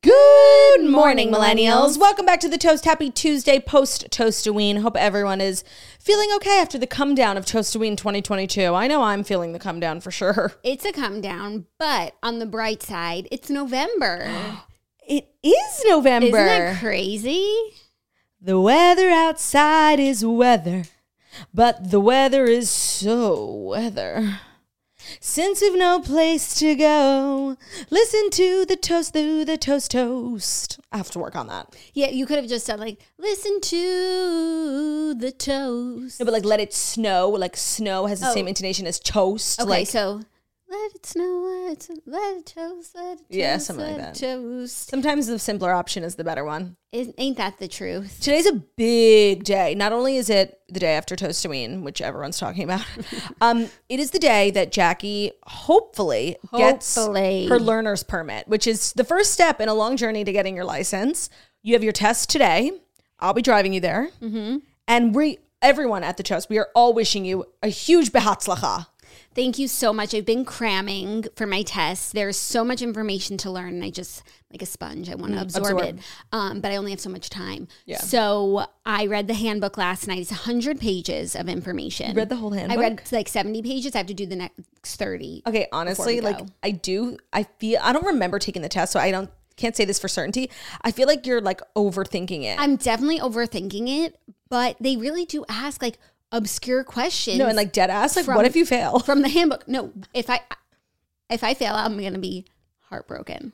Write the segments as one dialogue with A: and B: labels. A: Good morning, millennials. Welcome back to the Toast. Happy Tuesday post Toastoween. Hope everyone is feeling okay after the come down of Toastoween 2022. I know I'm feeling the come down for sure.
B: It's a come down, but on the bright side, it's November.
A: It is November.
B: Isn't that crazy?
A: The weather outside is weather, but the weather is so weather. Since we've no place to go, listen to the toast through the toast toast. I have to work on that.
B: Yeah, you could have just said like, listen to the toast.
A: No, but like let it snow. Like snow has the
B: Oh.
A: same intonation as toast.
B: Okay,
A: like
B: so let it snow, let it, snow, let it toast, let it toast,
A: Yeah, something like
B: let
A: that.
B: it toast.
A: sometimes the simpler option is the better one.
B: Isn't, ain't that the truth?
A: Today's a big day. Not only is it the day after Toastoween, which everyone's talking about, um, it is the day that Jackie hopefully,
B: Hopefully.
A: gets her learner's permit, which is the first step in a long journey to getting your license. You have your test today. I'll be driving you there,
B: Mm-hmm.
A: and we, everyone at the toast, we are all wishing you a huge behatzlacha.
B: Thank you so much. I've been cramming for my tests. There's so much information to learn, and I just like a sponge. I want to absorb,
A: Mm, absorb.
B: it, um, but I only have so much time.
A: Yeah.
B: So I read the handbook last night. It's 100 pages of information.
A: read the whole handbook?
B: I read like 70 pages. I have to do the next 30.
A: Okay, honestly,
B: we
A: like
B: go.
A: I do, I feel I don't remember taking the test, so I don't can't say this for certainty. I feel like you're like overthinking it.
B: I'm definitely overthinking it, but they really do ask like obscure questions.
A: no, and like dead ass, like
B: from-
A: what if you fail?
B: from the handbook. No, if I if I fail, I'm gonna be heartbroken.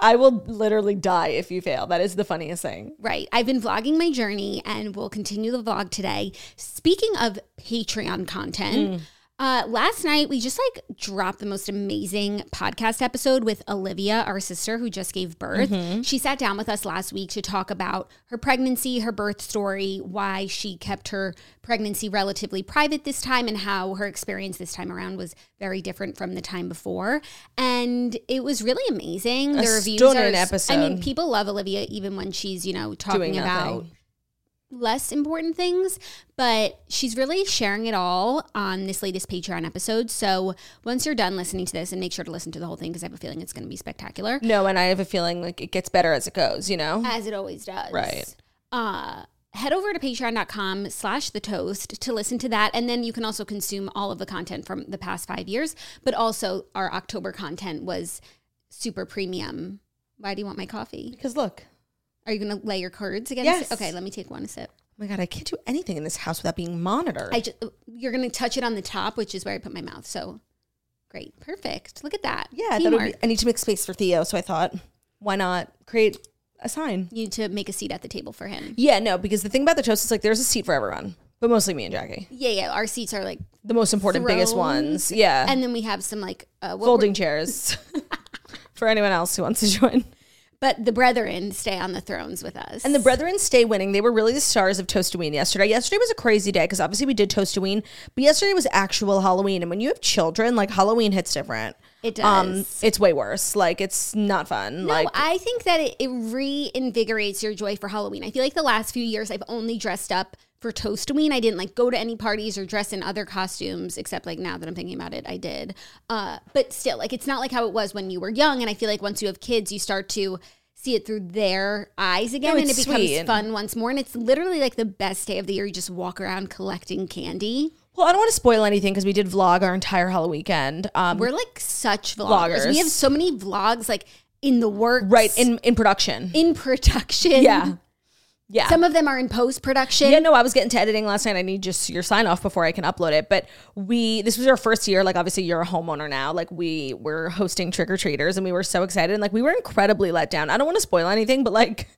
A: I will literally die if you fail. That is the funniest thing.
B: Right. I've been vlogging my journey and we'll continue the vlog today. Speaking of Patreon
A: Mm.
B: content, uh, last night we just like dropped the most amazing podcast episode with Olivia, our sister who just gave birth.
A: Mm-hmm.
B: She sat down with us last week to talk about her pregnancy, her birth story, why she kept her pregnancy relatively private this time, and how her experience this time around was very different from the time before. And it was really amazing.
A: A
B: the reviews are,
A: stunning
B: I mean,
A: episode.
B: people love Olivia even when she's, you know, talking
A: Doing
B: about
A: nothing.
B: less important things, but she's really sharing it all on this latest Patreon episode. So once you're done listening to this, and make sure to listen to the whole thing because I have a feeling it's going to be spectacular,
A: No, and I have a feeling like it gets better as it goes. You know,
B: as it always does.
A: Right.
B: Uh, head over to patreon.com slash the toast to listen to that and then you can also consume all of the content from the past five years but also our october content was super premium why do you want my coffee
A: because look, oh
B: are you gonna lay your cards again
A: Yes.
B: okay let me take one sip
A: oh my god, I can't do anything in this house without being monitored.
B: I just you're gonna touch it on the top, which is where I put my mouth. So great, perfect. Look at that.
A: yeah, that would
B: Teamwork.
A: be, I need to make space for Theo, so I thought, why not create a sign?
B: you need to make a seat at the table for him.
A: Yeah, no, because the thing about the toast is like there's a seat for everyone, but mostly me and Jackie,
B: Yeah, yeah. Our seats are like,
A: the most important, biggest
B: Thrones
A: ones. Yeah,
B: and then we have some like uh, what
A: folding
B: were-
A: chairs for anyone else who wants to join.
B: But the brethren stay on the thrones with us,
A: And the brethren stay winning. They were really the stars of Toastoween yesterday. Yesterday was a crazy day because obviously we did Toastoween, but yesterday was actual Halloween. And when you have children, like Halloween hits different. Um,
B: It does.
A: it's way worse. Like it's not fun.
B: No,
A: like
B: I think that it, it reinvigorates your joy for Halloween. I feel like the last few years I've only dressed up for Toastoween. I didn't like go to any parties or dress in other costumes, except like now that I'm thinking about it, I did. Uh, but still, like it's not like how it was when you were young. And I feel like once you have kids, you start to see it through their eyes again
A: No,
B: and it
A: it's
B: becomes
A: sweet.
B: fun once more. And it's literally like the best day of the year. You just walk around collecting candy.
A: Well, I don't want to spoil anything because we did vlog our entire Halloween weekend. Um,
B: We're like such vloggers. We
A: Vloggers.
B: have so many vlogs like in the works,
A: right in in production.
B: in production.
A: yeah, yeah.
B: Some of them are in post production.
A: Yeah, no, I was getting to editing last night. I need just your sign off before I can upload it. But we, this was our first year. Like, obviously, you're a homeowner now. Like, we were hosting trick or treaters, and we were so excited. And like, we were incredibly let down. I don't want to spoil anything, but like,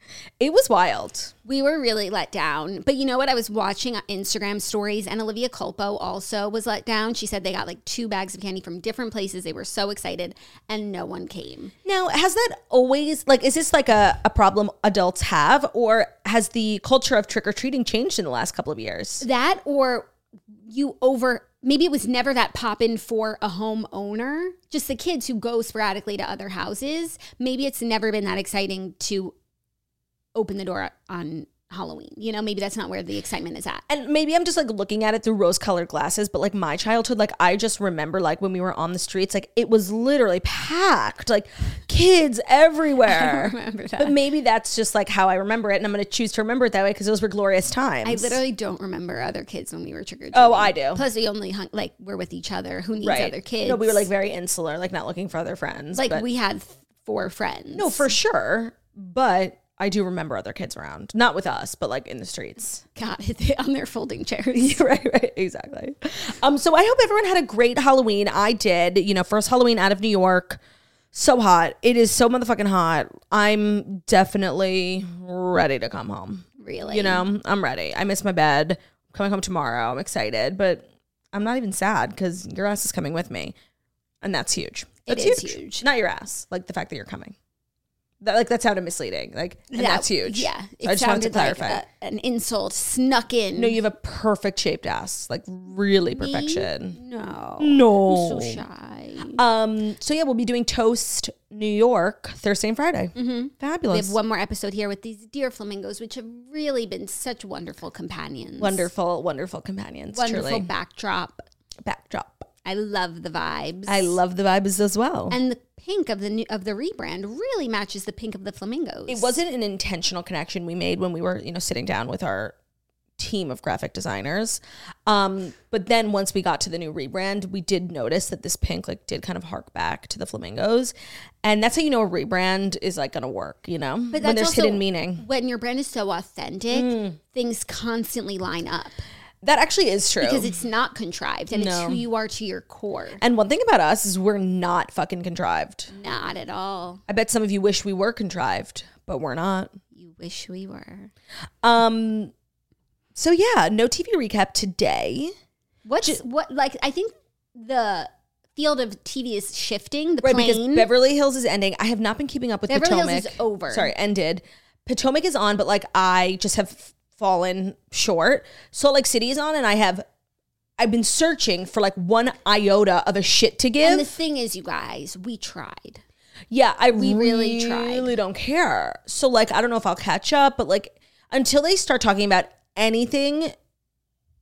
A: it was wild.
B: We were really let down. But you know what? I was watching uh, Instagram stories and Olivia Culpo also was let down. She said they got like two bags of candy from different places. They were so excited and no one came.
A: Now, has that always like is this like a, a problem adults have, or has the culture of trick or treating changed in the last couple of years?
B: That or you over maybe it was never that pop in for a homeowner, just the kids who go sporadically to other houses. Maybe it's never been that exciting to open the door on Halloween. You know, maybe that's not where the excitement is at.
A: and maybe I'm just like looking at it through rose colored glasses, but like my childhood, like I just remember like when we were on the streets, like it was literally packed, like kids everywhere.
B: remember that.
A: But maybe that's just like how I remember it, and I'm gonna choose to remember it that way because those were glorious times.
B: I literally don't remember other kids when we were trick or treating.
A: Oh, I do.
B: Plus, we only hung like we're with each other. Who needs
A: right.
B: other kids?
A: No, we were like very insular, like not looking for other friends.
B: like
A: but-
B: we had th- four friends.
A: no, for sure. But I do remember other kids around, not with us, but like in the streets.
B: God, they- on their folding chairs.
A: right, right, exactly. Um, so I hope everyone had a great Halloween. I did. You know, first Halloween out of New York. So hot. It is so motherfucking hot. I'm definitely ready to come home.
B: Really,
A: You know, I'm ready. I miss my bed. I'm coming home tomorrow. I'm excited, but I'm not even sad because your ass is coming with me. And that's huge.
B: It
A: That's
B: is huge.
A: Not your ass. Like the fact that you're coming. That, like that sounded misleading. Like and
B: That-
A: that's huge.
B: Yeah,
A: So I just wanted to
B: sounded like
A: clarify.
B: a- an insult snuck in.
A: No, you have a perfect shaped ass, like really perfection.
B: no,
A: Mm. No.
B: I'm so shy.
A: Um. So yeah, we'll be doing Toast New York Thursday and Friday. Mm-hmm.
B: We
A: Fabulous.
B: have one more episode here with these dear flamingos, which have really been such wonderful companions.
A: wonderful, wonderful companions.
B: wonderful
A: truly.
B: backdrop.
A: backdrop.
B: I love the vibes.
A: I love the vibes as well.
B: And the pink of the new, of the rebrand really matches the pink of the flamingos.
A: it wasn't an intentional connection we made when we were, you know, sitting down with our team of graphic designers. Um, but then once we got to the new rebrand, we did notice that this pink like did kind of hark back to the flamingos. And that's how you know a rebrand is like gonna work, you know?
B: But
A: when
B: that's
A: there's
B: also-
A: hidden meaning. Mm.
B: when your brand is so authentic, things constantly line up
A: That actually is true.
B: because it's not contrived and it's
A: No.
B: who you are to your core.
A: and one thing about us is we're not fucking contrived.
B: Not at all.
A: I bet some of you wish we were contrived, but we're not.
B: You wish we were.
A: Um so yeah, no TV recap today.
B: What's what like? I think the field of TV is shifting. The
A: Right, because
B: plane.
A: Beverly Hills is ending. I have not been keeping up with
B: Beverly Hills
A: Potomac.
B: is over.
A: Sorry, ended. Potomac is on, but like I just have f- fallen short. Salt Lake City is on, and I have I've been searching for like one iota of a shit to give.
B: and the thing is, you guys, we tried.
A: Yeah, I
B: We really
A: really,
B: tried.
A: really don't care. So like, I don't know if I'll catch up, but like, until they start talking about anything,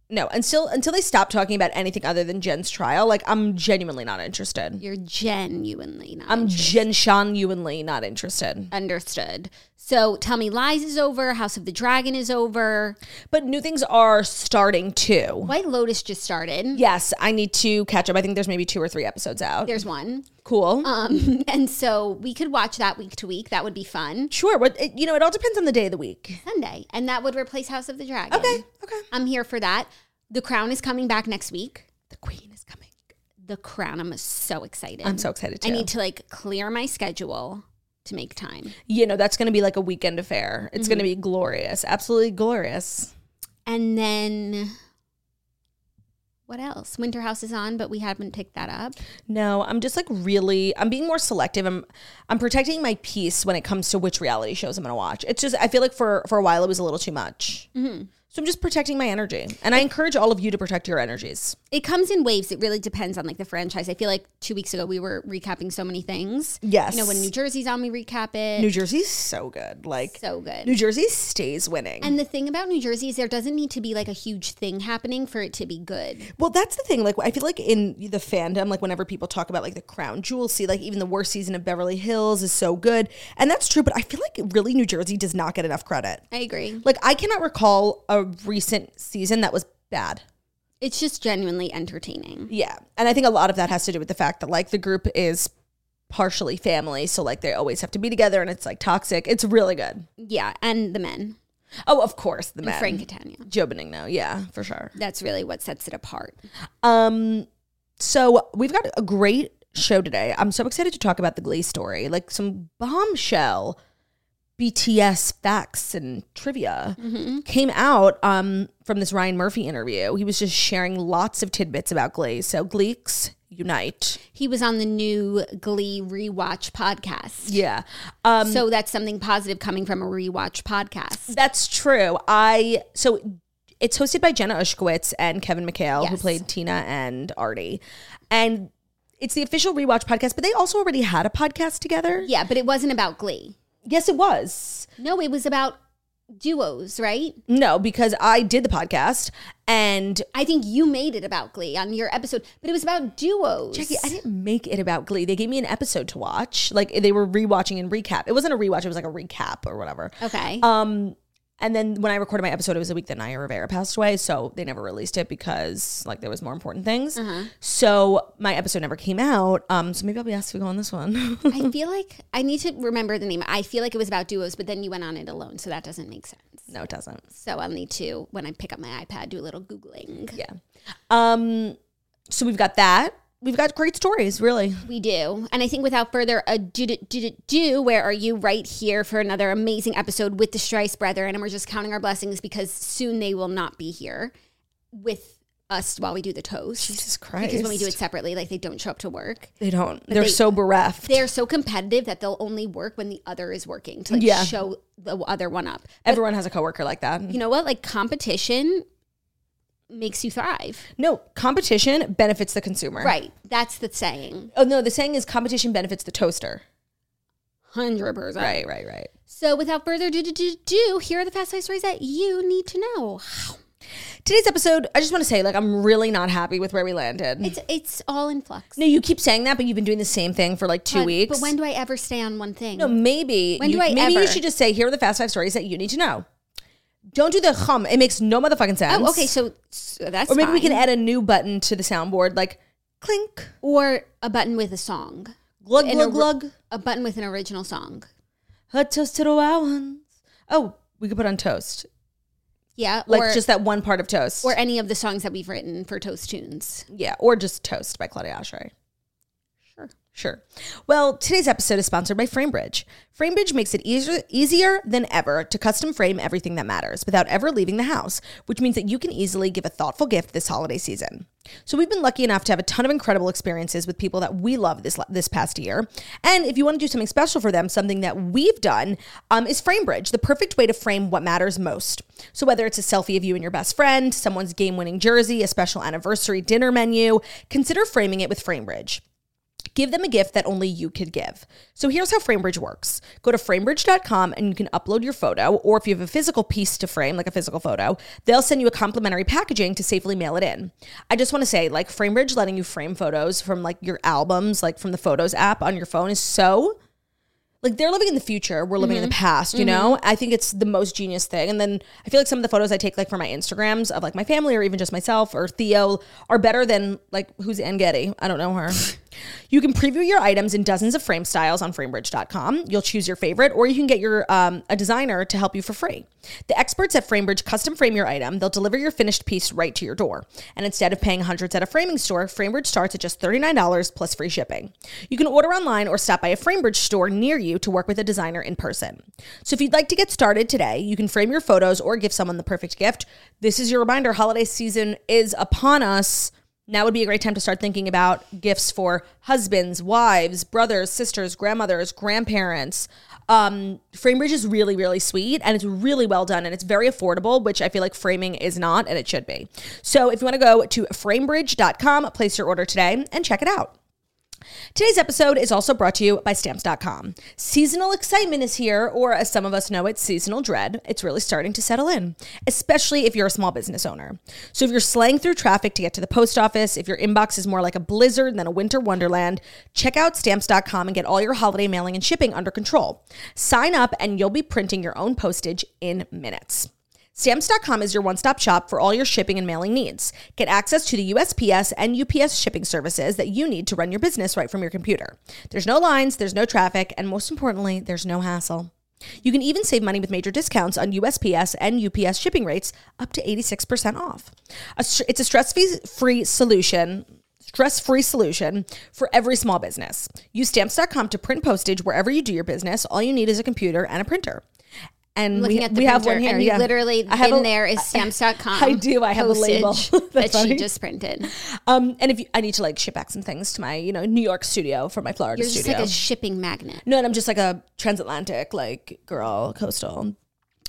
A: no, until until they stop talking about anything other than Jen's trial, like I'm genuinely not interested.
B: You're genuinely not.
A: I'm
B: interested.
A: Jen genuinely not interested.
B: understood. So tell me, Lies is over. House of the Dragon is over.
A: But new things are starting too.
B: White Lotus just started.
A: Yes, I need to catch up. I think there's maybe two or three episodes out. Uh-huh.
B: There's one.
A: cool.
B: Um, and so we could watch that week to week. That would be fun.
A: sure. What it, you know, it all depends on the day of the week.
B: Sunday. And that would replace House of the Dragon.
A: Okay. Okay.
B: I'm here for that. The Crown is coming back next week.
A: The queen is coming.
B: The Crown. I'm so excited.
A: I'm so excited too.
B: I need to like clear my schedule to make time.
A: you know that's going to be like a weekend affair it's going to
B: Mm-hmm.
A: be glorious absolutely glorious
B: And then what else? Winter House is on, but we haven't picked that up.
A: no i'm just like really i'm being more selective i'm i'm protecting my peace when it comes to which reality shows i'm going to watch it's just i feel like for for a while it was a little too much
B: Mm-hmm.
A: so i'm just protecting my energy and i encourage all of you to protect your energies
B: It comes in waves. It really depends on like the franchise. I feel like two weeks ago we were recapping so many things.
A: Yes.
B: You know, when New Jersey's on, we recap it.
A: new jersey's so good like
B: so good.
A: new jersey stays winning
B: And the thing about New Jersey is there doesn't need to be like a huge thing happening for it to be good.
A: Well, that's the thing. Like, I feel like in the fandom, like whenever people talk about like the crown jewel, see, like even the worst season of Beverly Hills is so good, and that's true. But I feel like really New Jersey does not get enough credit.
B: I agree.
A: Like, I cannot recall a recent season that was bad.
B: It's just genuinely entertaining.
A: Yeah. And I think a lot of that has to do with the fact that like the group is partially family, so like they always have to be together and it's like toxic. It's really good.
B: Yeah, and the men.
A: Oh, of course, the men.
B: And Frank Catania.
A: Joe Benigno, yeah, for sure.
B: That's really what sets it apart.
A: Um, so we've got a great show today. I'm so excited to talk about the Glee story, like some bombshell BTS facts and trivia came out um from this Ryan Murphy interview. He was just sharing lots of tidbits about Glee. So Gleeks unite,
B: He was on the new Glee rewatch podcast.
A: yeah. Um,
B: so that's something positive coming from a rewatch podcast.
A: That's true. I so it's hosted by Jenna Ushkowitz and Kevin McHale, who
B: Yes.
A: played Tina and Artie, and it's the official rewatch podcast. But they also already had a podcast together.
B: Yeah, but it wasn't about Glee.
A: Yes, it was.
B: No, it was about duos, right?
A: No, because I did the podcast and
B: I think you made it about Glee on your episode, but it was about duos.
A: Jackie, I didn't make it about Glee. They gave me an episode to watch. Like they were rewatching and recap. It wasn't a rewatch. It was like a recap or whatever.
B: Okay.
A: Um, and then when I recorded my episode, it was the week that Naya Rivera passed away, so they never released it because like there was more important things.
B: Uh-huh.
A: So my episode never came out. Um, so maybe I'll be asked to go on this one.
B: I feel like I need to remember the name. I feel like it was about duos, but then you went on it alone, so that doesn't make sense.
A: no, it doesn't.
B: So I'll need to, when I pick up my iPad, do a little Googling.
A: Yeah. Um, so we've got that. We've got great stories, really.
B: We do. And I think without further ado, do, do, do, do, where are you right here for another amazing episode with the Strice Brethren? And we're just counting our blessings because soon they will not be here with us while we do the toast.
A: Jesus
B: Because when we do it
A: Christ.
B: separately, like they don't show up to work.
A: They don't. They're
B: they-
A: so bereft.
B: They're so competitive that they'll only work when the other is working to like
A: Yeah.
B: show the other one up.
A: Everyone has a coworker like that.
B: You know what? Like competition makes you thrive.
A: no, competition benefits the consumer.
B: Right. That's the saying.
A: Oh no, the saying is competition benefits the toaster.
B: 100%.
A: Right, right, right.
B: So without further ado, do, do, do, here are the fast five stories that you need to know.
A: Today's episode, I just want to say, like, I'm really not happy with where we landed.
B: It's it's all in flux.
A: Mm. No, you keep saying that, but you've been doing the same thing for like two
B: But-
A: weeks.
B: But when do I ever stay on one thing?
A: no, maybe
B: When
A: you,
B: do I
A: maybe you
B: ever?
A: should just say here are the fast five stories that you need to know. Don't do the hum. It makes no motherfucking sense.
B: oh, okay. So, so that's
A: or maybe we can
B: fine.
A: add a new button to the soundboard, like clink,
B: or a button with a song,
A: glug
B: An
A: glug
B: or-
A: glug,
B: a button with an original song.
A: hot toast to the wild ones. Oh, we could put on toast,
B: Yeah,
A: like
B: or,
A: just that one part of toast,
B: or any of the songs that we've written for Toast Tunes.
A: yeah, or just toast by Claudia Ashray.
B: Sure.
A: Sure. Well, today's episode is sponsored by Framebridge. Framebridge makes it easier, easier than ever to custom frame everything that matters without ever leaving the house, which means that you can easily give a thoughtful gift this holiday season. So we've been lucky enough to have a ton of incredible experiences with people that we love this this past year. And if you want to do something special for them, something that we've done um, is Framebridge, the perfect way to frame what matters most. So whether it's a selfie of you and your best friend, someone's game-winning jersey, a special anniversary dinner menu, consider framing it with Framebridge. Give them a gift that only you could give. So here's how Framebridge works. Go to framebridge.com and you can upload your photo, or if you have a physical piece to frame, like a physical photo, they'll send you a complimentary packaging to safely mail it in. I just want to say, like, Framebridge letting you frame photos from like your albums, like from the Photos app on your phone is so like they're living in the future we're living in the past you know i think it's the most genius thing and then i feel like some of the photos i take like for my instagrams of like my family or even just myself or theo are better than like who's ann getty i don't know her you can preview your items in dozens of frame styles on framebridge.com you'll choose your favorite or you can get your um, a designer to help you for free the experts at framebridge custom frame your item they'll deliver your finished piece right to your door and instead of paying hundreds at a framing store framebridge starts at just $39 plus free shipping you can order online or stop by a Framebridge store near you to work with a designer in person. So if you'd like to get started today, you can frame your photos or give someone the perfect gift. This is your reminder holiday season is upon us. Now would be a great time to start thinking about gifts for husbands, wives, brothers, sisters, grandmothers, grandparents. Um, Framebridge is really, really sweet and it's really well done and it's very affordable, which I feel like framing is not and it should be. So if you want to go to framebridge.com, place your order today and check it out. Today's episode is also brought to you by Stamps.com. Seasonal excitement is here, or as some of us know it, seasonal dread. It's really starting to settle in, especially if you're a small business owner. So if you're slaying through traffic to get to the post office, if your inbox is more like a blizzard than a winter wonderland, check out Stamps.com and get all your holiday mailing and shipping under control. Sign up and you'll be printing your own postage in minutes. Stamps.com is your one stop shop for all your shipping and mailing needs. Get access to the USPS and UPS shipping services that you need to run your business right from your computer. There's no lines, there's no traffic, and most importantly, there's no hassle. You can even save money with major discounts on USPS and UPS shipping rates up to 86% off. A str- It's a stress free solution. Stress free solution for every small business. Use stamps.com to print postage wherever you do your business. All you need is a computer and a printer. And
B: Looking
A: we,
B: at the
A: we have
B: printer,
A: one here.
B: and
A: yeah.
B: you literally
A: I have
B: in
A: a-
B: there is stamps.com.
A: I do. I have a label.
B: postage that
A: That's
B: she
A: funny.
B: just printed.
A: Um, and if you, I need to like ship back some things to my, you know, New York studio from my Florida
B: You're just
A: studio.
B: like a shipping magnet.
A: No, and I'm just like a transatlantic, like girl, coastal.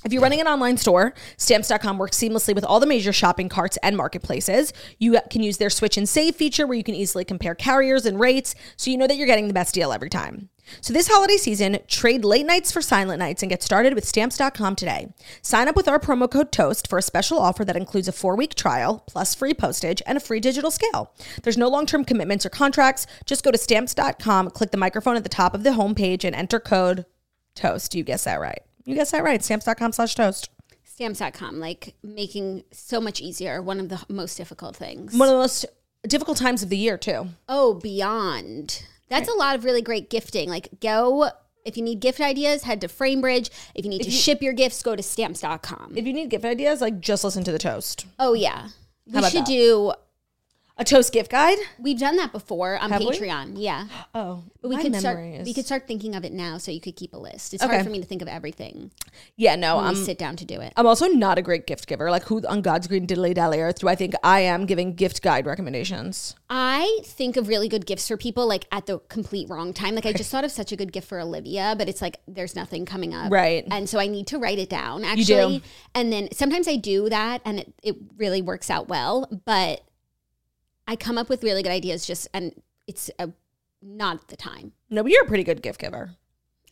A: If you're running an online store, stamps.com works seamlessly with all the major shopping carts and marketplaces. You can use their switch and save feature where you can easily compare carriers and rates so you know that you're getting the best deal every time. So this holiday season, trade late nights for silent nights and get started with stamps.com today. Sign up with our promo code TOAST for a special offer that includes a four week trial, plus free postage, and a free digital scale. There's no long term commitments or contracts. Just go to stamps.com, click the microphone at the top of the homepage, and enter code TOAST. You guess that right. You guess that right. Stamps.com slash toast.
B: Stamps.com, like making so much easier, one of the h- most difficult things.
A: One of the most difficult times of the year, too.
B: Oh, beyond. That's a lot of really great gifting. Like, go if you need gift ideas, head to Framebridge. If you need to ship your gifts, go to stamps.com.
A: If you need gift ideas, like just listen to the toast.
B: oh, yeah. We
A: about
B: should
A: that?
B: do,
A: A toast gift guide?
B: we've done that before on
A: Have we?
B: Patreon. Yeah.
A: Oh,
B: But we
A: my
B: could
A: memory
B: start
A: is-
B: we could start thinking of it now so you could keep a list. It's
A: Okay.
B: hard for me to think of everything
A: Yeah, no,
B: when
A: I'm.
B: we sit down to do it.
A: I'm also not a great gift giver. Like, who on God's green diddly dally earth do I think I am giving gift guide recommendations?
B: I think of really good gifts for people like at the complete wrong time. Like I just thought of such a good gift for Olivia, but it's like there's nothing coming up.
A: Right.
B: And so I need to write it down
A: You do.
B: actually. And then sometimes I do that and it, it really works out well, but I come up with really good ideas just and it's a, not the time.
A: No, but you're a pretty good gift giver.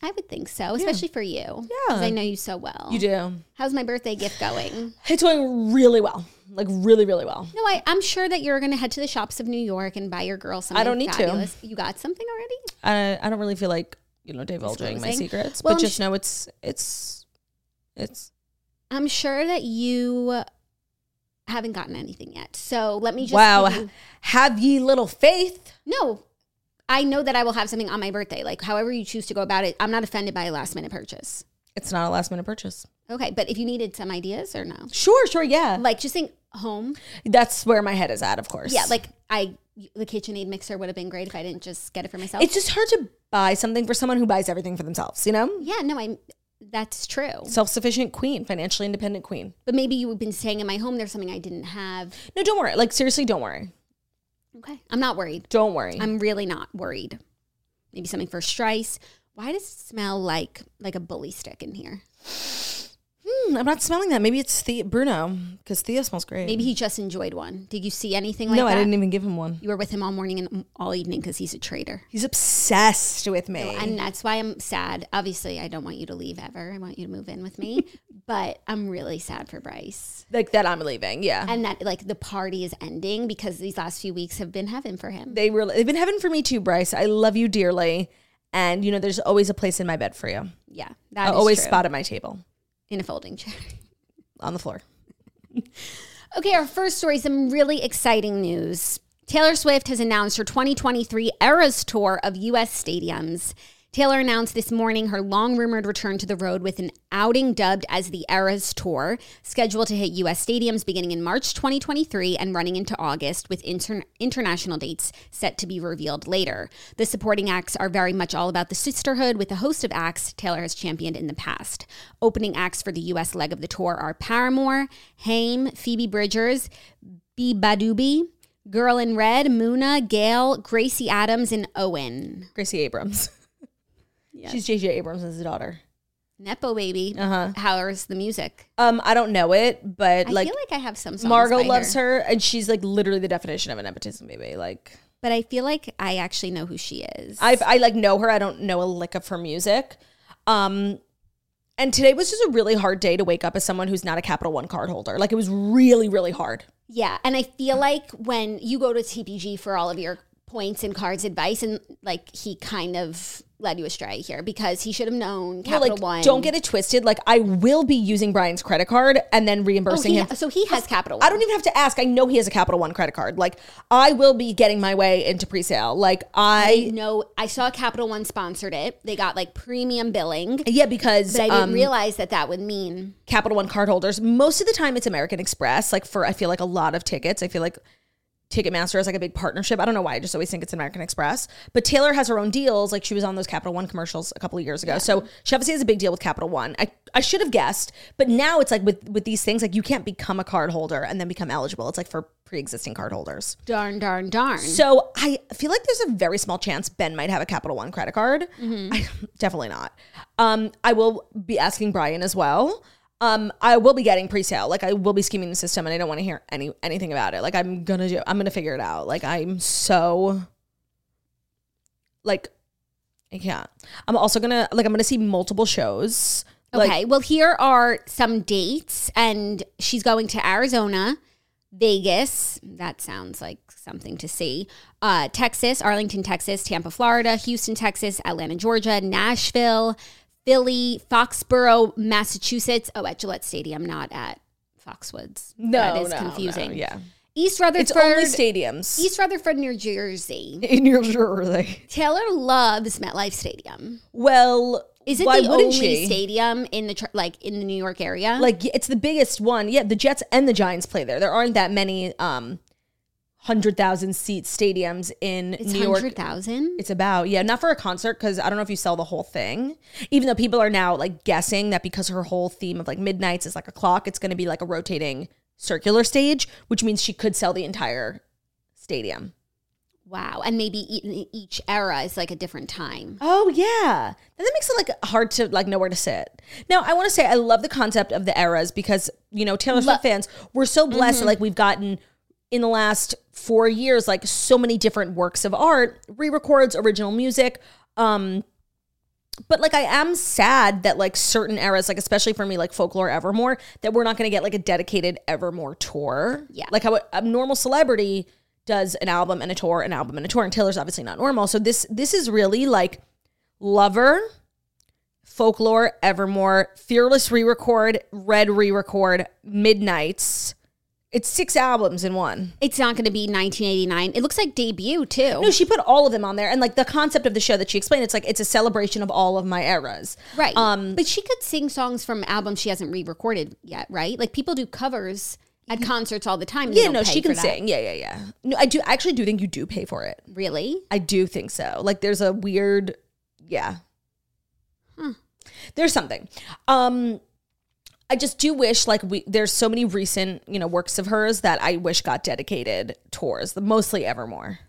B: I would think so, especially for you. Yeah. I know you so well.
A: You do.
B: How's my birthday gift going?
A: It's going really well. Like, really, really well.
B: No, I, I'm sure that you're going to head to the shops of New York and buy your girl something.
A: don't need to.
B: fabulous. You got something already?
A: I, I don't really feel like, you know, divulging my
B: Disclosing.
A: secrets,
B: Well,
A: but
B: I'm
A: just
B: sh-
A: know it's, it's, it's,
B: I'm sure that you haven't gotten anything yet. So let me just.
A: wow.
B: give you-
A: Have ye little faith?
B: no, I know that I will have something on my birthday. Like, however you choose to go about it, I'm not offended by a last minute purchase.
A: It's not a last minute purchase.
B: Okay. But if you needed some ideas or no,
A: Sure, sure, yeah.
B: like just think home.
A: That's where my head is at, of course.
B: Yeah. Like, I, the KitchenAid mixer would have been great if I didn't just get it for myself.
A: it's just hard to buy something for someone who buys everything for themselves, you know?
B: yeah, no, I'm, that's true.
A: Self sufficient queen, financially independent queen.
B: But maybe you've been staying in my home. There's something I didn't have.
A: No, don't worry. Like seriously, don't worry.
B: Okay. I'm not worried.
A: Don't worry.
B: I'm really not worried. Maybe something for Strice. Why does it smell like like a bully stick in here?
A: Hmm, I'm not smelling that. Maybe it's the Bruno because Theo smells great.
B: Maybe he just enjoyed one. Did you see anything like
A: No,
B: that?
A: I didn't e- even give him one.
B: You were with him all morning and all evening because he's a traitor.
A: He's obsessed with me.
B: And that's why I'm sad. Obviously, I don't want you to leave ever. I want you to move in with me. but I'm really sad for Bryce.
A: like that, I'm leaving. Yeah.
B: And that like the party is ending because these last few weeks have been heaven for him.
A: they really they've been heaven for me too, Bryce. I love you dearly, and you know there's always a place in my bed for you.
B: yeah.
A: I
B: That is
A: always
B: true.
A: spot at my table
B: in a folding chair.
A: on the floor.
B: Okay, our first story some really exciting news. Taylor Swift has announced her 2023 Eras Tour of U.S. stadiums. Taylor announced this morning her long rumored return to the road with an outing dubbed as the Eras Tour, scheduled to hit U.S. stadiums beginning in March 2023 and running into August, with inter- international dates set to be revealed later. The supporting acts are very much all about the sisterhood, with a host of acts Taylor has championed in the past. Opening acts for the U.S. leg of the tour are Paramore, Haim, Phoebe Bridgers, B. Badubi, Girl in Red, Muna, Gail, Gracie Adams, and Owen.
A: Gracie Abrams. She's JJ Abrams' daughter.
B: Nepo baby.
A: Uh-huh.
B: How's the music?
A: Um, I don't know it, but
B: I
A: like,
B: feel like I have some songs.
A: Margot
B: by
A: loves her, and she's like literally the definition of a nepotism baby. Like
B: but I feel like I actually know who she is.
A: I I like know her. I don't know a lick of her music. Um and today was just a really hard day to wake up as someone who's not a Capital One card holder. Like it was really, really hard.
B: yeah, and I feel like when you go to TPG for all of your points and cards advice, and like he kind of led you astray here because he should have known
A: Well,
B: Capital
A: like,
B: One.
A: don't get it twisted. Like, I will be using Brian's credit card and then
B: Oh,
A: reimbursing
B: he-
A: him.
B: so he has Capital One.
A: I don't even have to ask. I know he has a Capital One credit card. Like, I will be getting my way into presale. Like, I
B: I know I saw Capital One sponsored it. They got like premium billing,
A: yeah, because
B: but I didn't
A: um,
B: realize that that would mean
A: Capital One card holders, most of the time it's American Express. Like for I feel like a lot of tickets, I feel like Ticketmaster is like a big partnership. I don't know why. I just always think it's American Express. But Taylor has her own deals. Like she was on those Capital One commercials a couple of years ago. So she obviously has a big deal with Capital One. I, I should have guessed, but now it's like with with these things, like you can't become a card holder and then become eligible. It's like for pre existing card holders.
B: darn, darn, darn.
A: So I feel like there's a very small chance Ben might have a Capital One credit card.
B: Mm-hmm.
A: I, definitely not. Um, I will be asking Brian as well. Um, I will be getting pre-sale. Like I will be scheming the system, and I don't want to hear any anything about it. Like I'm gonna do. I'm gonna figure it out. Like I'm so. Like, I can't. I'm also gonna like I'm gonna see multiple shows.
B: okay,
A: Like,
B: well here are some dates, and she's going to Arizona, Vegas. That sounds like something to see. Uh, Texas, Arlington, Texas, Tampa, Florida, Houston, Texas, Atlanta, Georgia, Nashville, Philly, Foxborough, Massachusetts. Oh, at Gillette Stadium, not at Foxwoods.
A: no,
B: that is
A: no, no,
B: confusing.
A: yeah,
B: East
A: it's
B: Rutherford.
A: only stadiums
B: East Rutherford, New Jersey.
A: in New Jersey.
B: Taylor loves MetLife Stadium.
A: Well,
B: Is it
A: why
B: the
A: wouldn't
B: only
A: she?
B: stadium in the tr- like in the New York area?
A: like it's the biggest one. Yeah, the Jets and the Giants play there. There aren't that many um hundred thousand seat stadiums in
B: it's
A: New York.
B: hundred thousand.
A: It's about yeah, not for a concert because I don't know if you sell the whole thing. Even though people are now like guessing that because her whole theme of like midnights is like a clock, it's going to be like a rotating circular stage, which means she could sell the entire stadium.
B: Wow, and maybe e- each era is like a different time.
A: Oh yeah, then that makes it like hard to like know where to sit. Now I want to say I love the concept of the eras because you know Taylor Swift fans we're so blessed that like we've gotten in the last four years like so many different works of art, re-records, original music. Um, but like I am sad that like certain eras, like especially for me, like folklore Evermore, that we're not going to get like a dedicated Evermore tour.
B: Yeah.
A: like how a, a normal celebrity does an album and a tour, an album and a tour, and Taylor's obviously not normal. So this this is really like Lover, Folklore, Evermore, Fearless re-record, Red re-record, Midnights. It's six albums in one.
B: It's not going to be 1989. It looks like debut too.
A: No, she put all of them on there, and like the concept of the show that she explained, it's like it's a celebration of all of my eras.
B: right.
A: Um,
B: but she could sing songs from albums she hasn't re-recorded yet, right? Like people do covers at concerts all the time. and they
A: yeah,
B: don't
A: no,
B: pay
A: she can
B: for that.
A: sing. Yeah, yeah, yeah. No, I do. I actually do think you do pay for it.
B: Really?
A: I do think so. Like, there's a weird, yeah. Hmm. There's something. Um, I just do wish like we there's so many recent you know works of hers that I wish got dedicated tours, mostly Evermore.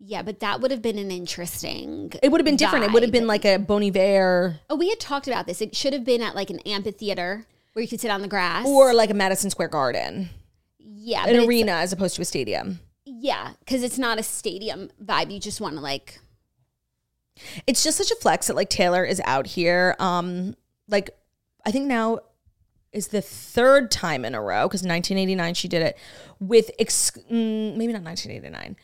B: Yeah, but that would have been an interesting.
A: It would have been different. It would have
B: vibe.
A: been like a Bon Iver
B: Oh, we had talked about this. It should have been at like an amphitheater where you could sit on the grass
A: or like a Madison Square Garden,
B: yeah, but
A: an
B: it's-
A: arena as opposed to a stadium.
B: Yeah, because it's not a stadium vibe. You just want to like
A: it's just such a flex that like Taylor is out here. Um, like I think now is the third time in a row because 1989 she did it with ex- mm, maybe not 1989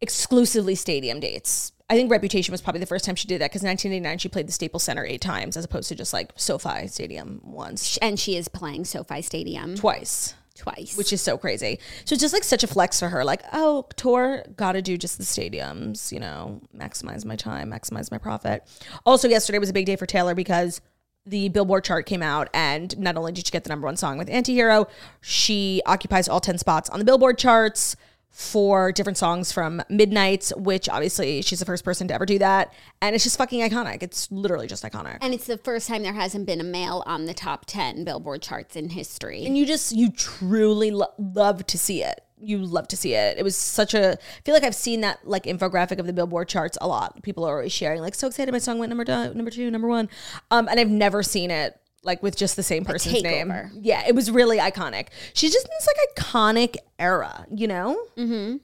A: exclusively stadium dates. I think Reputation was probably the first time she did that because 1989 she played the Staples Center eight times as opposed to just like SoFi Stadium once,
B: sh- and she is playing SoFi Stadium
A: twice,
B: twice.
A: which is so crazy. So it's just like such a flex for her. Like, oh, tour, gotta do just the stadiums, you know, maximize my time, maximize my profit. Also, yesterday was a big day for Taylor because the Billboard chart came out, and not only did she get the number one song with Antihero, she occupies all 10 spots on the Billboard charts for different songs from Midnights, which obviously she's the first person to ever do that. And it's just fucking iconic. It's literally just iconic.
B: and it's the first time there hasn't been a male on the top ten Billboard charts in history.
A: and you just you truly lo- love to see it you love to see it it was such a i feel like i've seen that like infographic of the billboard charts a lot people are always sharing like so excited my song went number two number two number one um and i've never seen it like with just the same person's name
B: takeover.
A: yeah it was really iconic she's just in this like iconic era you know mm-hmm.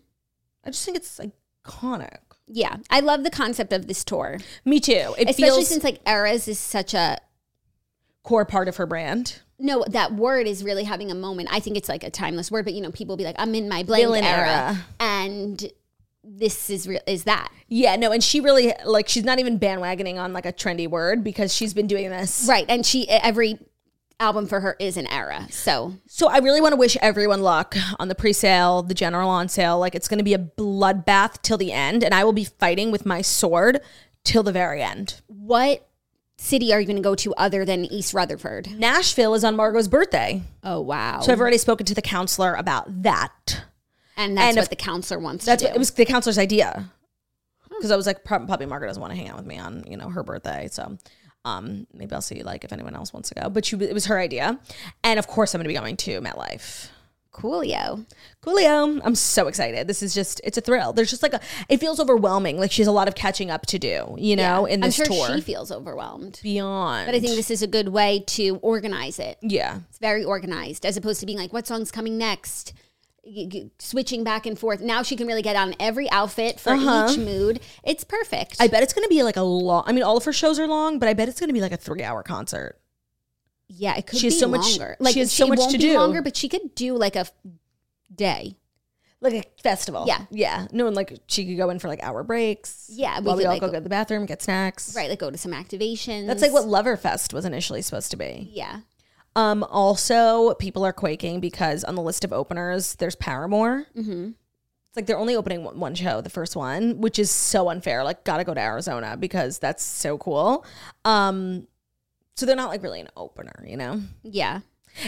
A: i just think it's iconic
B: yeah, I love the concept of this tour,
A: me too it
B: especially
A: feels
B: since like eras is such a
A: core part of her brand
B: no. That word is really having a moment. I think it's like a timeless word, but you know, people be like, "I'm in my blank
A: Villain
B: era,",
A: era.
B: and this is real is that
A: Yeah, no, and she really like she's not even bandwagoning on like a trendy word because she's been doing this.
B: right and she e, every album for her is an era so
A: So I really want to wish everyone luck on the pre-sale, the general on sale. Like it's going to be a bloodbath till the end, and I will be fighting with my sword till the very end.
B: what city are you going to go to other than east rutherford
A: Nashville is on Margot's birthday,
B: oh wow
A: so I've already spoken to the counselor about that.
B: and that's
A: and
B: what
A: if-
B: the counselor wants
A: That's
B: to
A: what,
B: do.
A: it was the counselor's idea because I was like, prob- probably Margaret doesn't want to hang out with me on you know her birthday, so um maybe I'll see like if anyone else wants to go. But she it was her idea, and of course I'm going to be going to MetLife.
B: coolio
A: Coolio. I'm so excited. This is just, it's a thrill. There's just like a, it feels overwhelming. Like she has a lot of catching up to do, you know, in
B: i'm
A: this
B: sure
A: tour.
B: she feels overwhelmed
A: Beyond.
B: but i think this is a good way to organize it
A: yeah.
B: it's very organized as opposed to being like what song's coming next Y- y- switching back and forth now she can really get on every outfit for each mood it's perfect
A: Uh-huh. I bet it's going to be like a long, I mean, all of her shows are long, but I bet it's going to be like a three hour concert.
B: yeah it could
A: she has
B: be
A: so much-
B: longer
A: she
B: like
A: has so
B: it
A: much
B: won't
A: to
B: be
A: do.
B: longer but she could do like a f- day
A: Like a festival.
B: Yeah.
A: Yeah. No, and like she could go in for like hour breaks.
B: Yeah, we
A: While we
B: could,
A: all
B: like,
A: go get to the bathroom, get snacks.
B: right like go to some activations
A: That's like what Loverfest was initially supposed to be.
B: yeah
A: Um, also, people are quaking because on the list of openers, there's Paramore.
B: mm-hmm.
A: it's like they're only opening one- one show, the first one, which is so unfair. Like, gotta go to Arizona because that's so cool. Um, so they're not like really an opener, you know.
B: yeah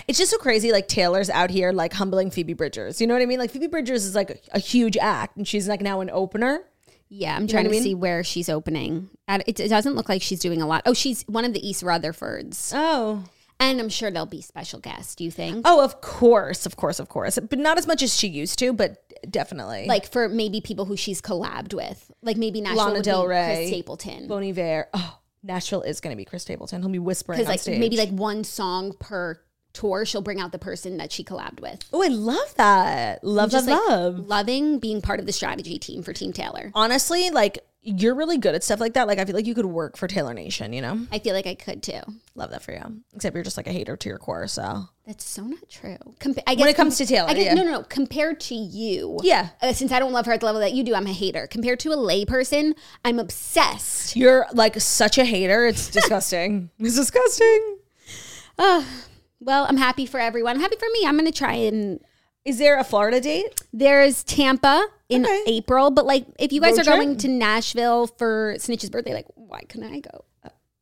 A: It's just so crazy. Like Taylor's out here like humbling Phoebe Bridgers. You know what I mean? Like Phoebe Bridgers is like a, a huge act, and she's like now an opener.
B: yeah i'm
A: know
B: trying
A: what I
B: to
A: mean?
B: see where she's opening At- it, it doesn't look like she's doing a lot oh she's one of the east rutherfords
A: Oh,
B: and i'm sure there'll be special guests do you think
A: oh, of course, of course, of course, but not as much as she used to, but definitely
B: like for maybe people who she's collabed with, like maybe Nashville
A: Lana
B: would
A: Del
B: be
A: Rey,
B: Chris Stapleton,
A: Bon Iver. Oh, Nashville is gonna be Chris Stapleton. He'll be whispering
B: because
A: on
B: like
A: stage.
B: maybe like one song per tour, she'll bring out the person that she collabed with.
A: oh, I love that. Love, love,
B: Just, like,
A: love.
B: loving being part of the strategy team for Team Taylor.
A: honestly, like you're really good at stuff like that. Like I feel like you could work for Taylor Nation, you know?
B: I feel like I could too.
A: Love that for you. Except you're just like a hater to your core, so
B: That's so not true. Compa- I guess
A: When it comes to Taylor,
B: I guess,
A: yeah.
B: no, no, no. Compared to you,
A: Yeah.
B: uh, since I don't love her at the level that you do, I'm a hater. Compared to a lay person, I'm obsessed.
A: you're like such a hater. It's disgusting. it's disgusting.
B: Well, I'm happy for everyone. I'm happy for me. I'm gonna try and
A: Is there a Florida date?
B: There's Tampa in
A: Okay.
B: April, but like if you guys
A: Road
B: are
A: trip?
B: going to Nashville for Snitch's birthday, like why couldn't I go?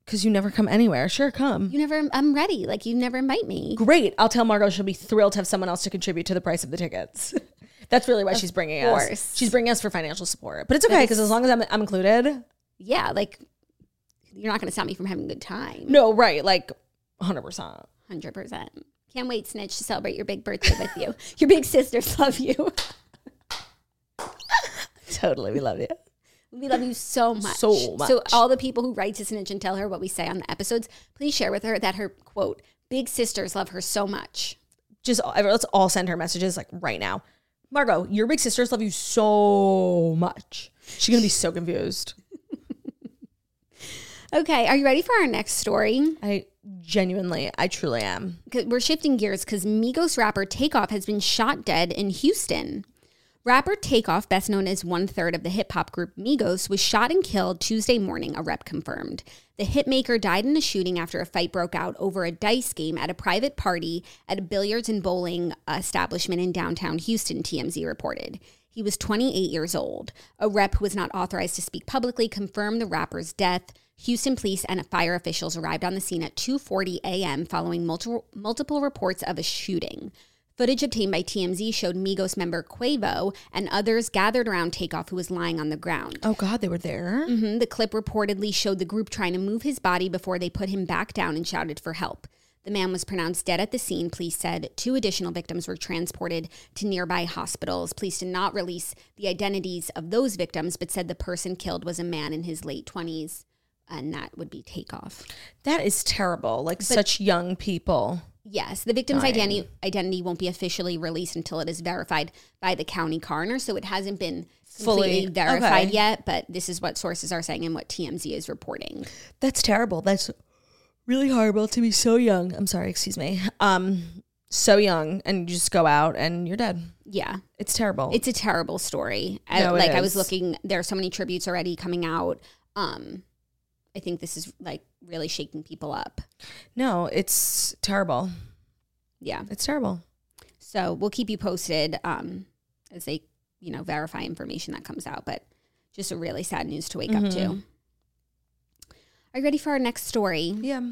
A: Because you never come anywhere. Sure, come.
B: You never, I'm ready. Like you never invite me.
A: Great. I'll tell Margot she'll be thrilled to have someone else to contribute to the price of the tickets. That's really why she's bringing us.
B: course.
A: She's bringing us for financial support. But it's okay because as long as I'm, I'm included.
B: Yeah, like you're not going to stop me from having a good time.
A: No, right. Like 100%.
B: Hundred percent. Can't wait, Snitch, to celebrate your big birthday with you. Your big sisters love you.
A: Totally. We love you.
B: We love you so much.
A: So
B: So
A: much.
B: all the people who write to Snitch and tell her what we say on the episodes, please share with her that her quote, "Big sisters love her so much."
A: just let's all send her messages like right now. Margot, your big sisters love you so much. She's gonna be so confused.
B: Okay, are you ready for our next story?
A: I genuinely, I truly am.
B: 'cause we're shifting gears because Migos rapper Takeoff has been shot dead in Houston. Rapper Takeoff, best known as one third of the hip hop group Migos, was shot and killed Tuesday morning, a rep confirmed. The hitmaker died in a shooting after a fight broke out over a dice game at a private party at a billiards and bowling uh, establishment in downtown Houston, TMZ reported. He was 28 years old. A rep who was not authorized to speak publicly confirmed the rapper's death. Houston police and fire officials arrived on the scene at 2:40 a.m. following multiple multiple reports of a shooting. Footage obtained by TMZ showed Migos member Quavo and others gathered around Takeoff, who was lying on the ground.
A: Oh God, they were there.
B: Mhm. The clip reportedly showed the group trying to move his body before they put him back down and shouted for help. The man was pronounced dead at the scene, police said. Two additional victims were transported to nearby hospitals. Police did not release the identities of those victims, but said the person killed was a man in his late 20s, and that would be Takeoff.
A: That is terrible. Like such young people.
B: Yes, the victim's identity identity won't be officially released until it is verified by the county coroner, so it hasn't been
A: Fully-
B: fully verified
A: okay.
B: yet, but this is what sources are saying and what TMZ is reporting.
A: That's terrible. That's really horrible to be so young. I'm sorry. Excuse me. Um, so young and you just go out and you're dead.
B: Yeah.
A: It's terrible.
B: It's a terrible story. I,
A: No, it
B: like I was
A: is.
B: looking, there are so many tributes already coming out. Um, I think this is like really shaking people up.
A: no, it's terrible.
B: Yeah.
A: It's terrible.
B: So we'll keep you posted um, as they, you know, verify information that comes out. But just a really sad news to wake up to.
A: Mm-hmm.
B: Are you ready for our next story?
A: Yeah.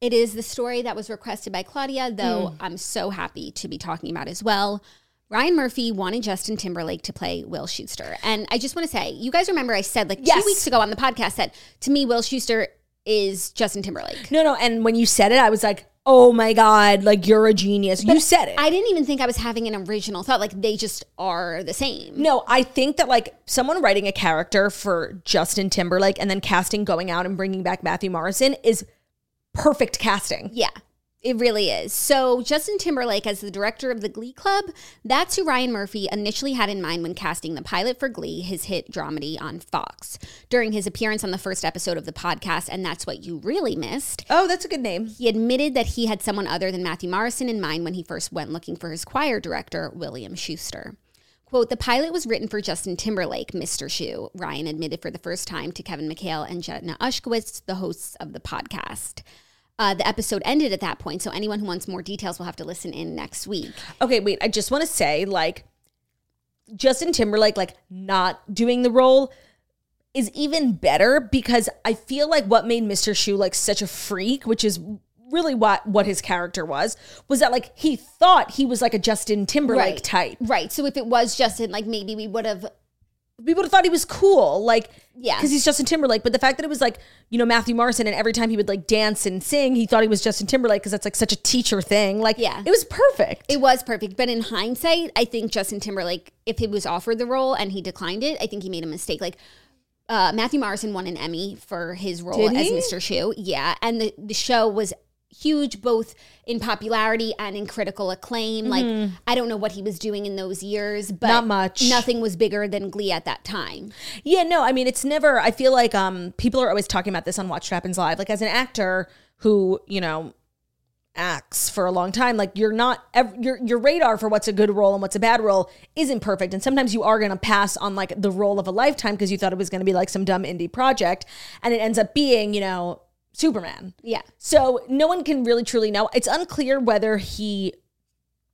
B: It is the story that was requested by Claudia, though
A: Mm.
B: I'm so happy to be talking about as well. Ryan Murphy wanted Justin Timberlake to play Will Schuster. And I just want to say, you guys remember I said like
A: Yes.
B: two weeks ago on the podcast that to me, Will Schuster is Justin Timberlake.
A: No, no. And when you said it, I was like, oh my God, like you're a genius. you said it.
B: I didn't even think I was having an original thought. Like they just are the same.
A: No, I think that like someone writing a character for Justin Timberlake and then casting going out and bringing back Matthew Morrison is perfect casting.
B: Yeah, it really is. So, Justin Timberlake, as the director of the Glee Club, that's who Ryan Murphy initially had in mind when casting the pilot for Glee, his hit dramedy on Fox. During his appearance on the first episode of the podcast, and that's what you really missed.
A: Oh, that's a good name.
B: He admitted that he had someone other than Matthew Morrison in mind when he first went looking for his choir director, William Schuster. Quote, the pilot was written for Justin Timberlake, Mr. Shoe, Ryan admitted for the first time to Kevin McHale and Jenna Ushkowitz, the hosts of the podcast. Uh, the episode ended at that point, so anyone who wants more details will have to listen in next week.
A: Okay, wait. I just want to say like Justin Timberlake like not doing the role is even better because I feel like what made Mr. Shoe like such a freak, which is really what what his character was, was that like he thought he was like a Justin Timberlake type.
B: Right. So if it was Justin, like maybe we would have
A: we would have thought he was cool, like
B: Yeah.
A: because he's Justin Timberlake. But the fact that it was like you know Matthew Morrison, and every time he would like dance and sing, he thought he was Justin Timberlake because that's like such a teacher thing. Like,
B: Yeah.
A: it was perfect.
B: It was perfect, but in hindsight, I think Justin Timberlake, if he was offered the role and he declined it, I think he made a mistake. Like uh, Matthew Morrison won an Emmy for his role
A: Did
B: as
A: he?
B: Mr. Shoe, yeah, and the the show was huge both in popularity and in critical acclaim. Like I don't know what he was doing in those years, but
A: Mm-hmm. Not much.
B: Nothing was bigger than Glee at that time.
A: yeah, no, I mean it's never. I feel like um people are always talking about this on Watch What Happens Live. Like as an actor who you know acts for a long time, like you're not ev- your your radar for what's a good role and what's a bad role isn't perfect, and sometimes you are gonna pass on like the role of a lifetime because you thought it was gonna be like some dumb indie project, and it ends up being you know Superman.
B: Yeah,
A: So no one can really truly know. It's unclear whether he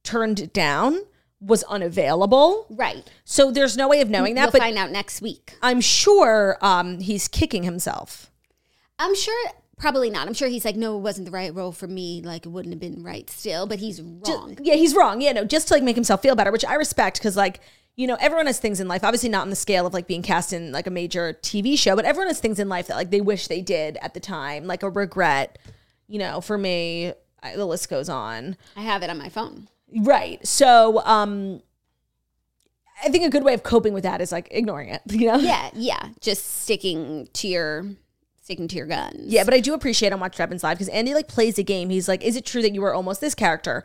A: turned it down, was unavailable.
B: right.
A: So there's no way of knowing that.
B: we'll
A: but
B: find out next week.
A: I'm sure um, he's kicking himself.
B: I'm sure. Probably not. I'm sure he's like, no, it wasn't the right role for me. Like, it wouldn't have been right still, but he's wrong.
A: Yeah, he's wrong. Yeah, no, just to like make himself feel better, which I respect because like you know everyone has things in life. Obviously not on the scale of like being cast in like a major TV show, but everyone has things in life that like they wish they did at the time, like a regret. You know, for me, I, the list goes on.
B: I have it on my phone.
A: Right. So, um, I think a good way of coping with that is like ignoring it, you know?
B: Yeah, yeah. Just sticking to your sticking to your guns.
A: Yeah, but I do appreciate on Watch What Happens Live because Andy like plays a game. He's like, "Is it true that you were almost this character?"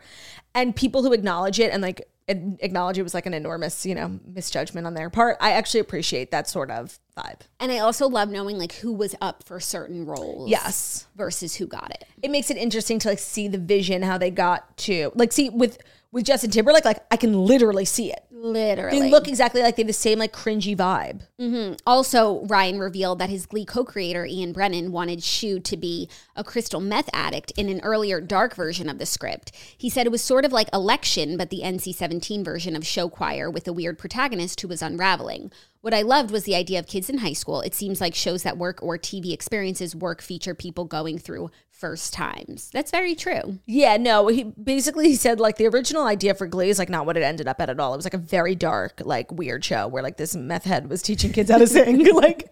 A: And people who acknowledge it and like ad- acknowledge it was like an enormous, you know, misjudgment on their part. I actually appreciate that sort of vibe.
B: And I also love knowing like who was up for certain roles.
A: Yes.
B: Versus who got it.
A: It makes it interesting to like see the vision how they got to like see with with Justin Timberlake. Like I can literally see it.
B: Literally.
A: They look exactly like they have the same like cringy vibe.
B: also, Ryan revealed that his Glee co-creator Ian Brennan wanted Shu to be a crystal meth addict in an earlier dark version of the script. He said it was sort of like Election, but the NC-17 version of show choir with a weird protagonist who was unraveling. What I loved was the idea of kids in high school. It seems like shows that work or TV experiences work feature people going through first times. That's very true.
A: Yeah, no. He basically he said like the original idea for Glee is like not what it ended up at at all. It was like a very dark, like weird show where like this meth head was teaching kids how to sing. like,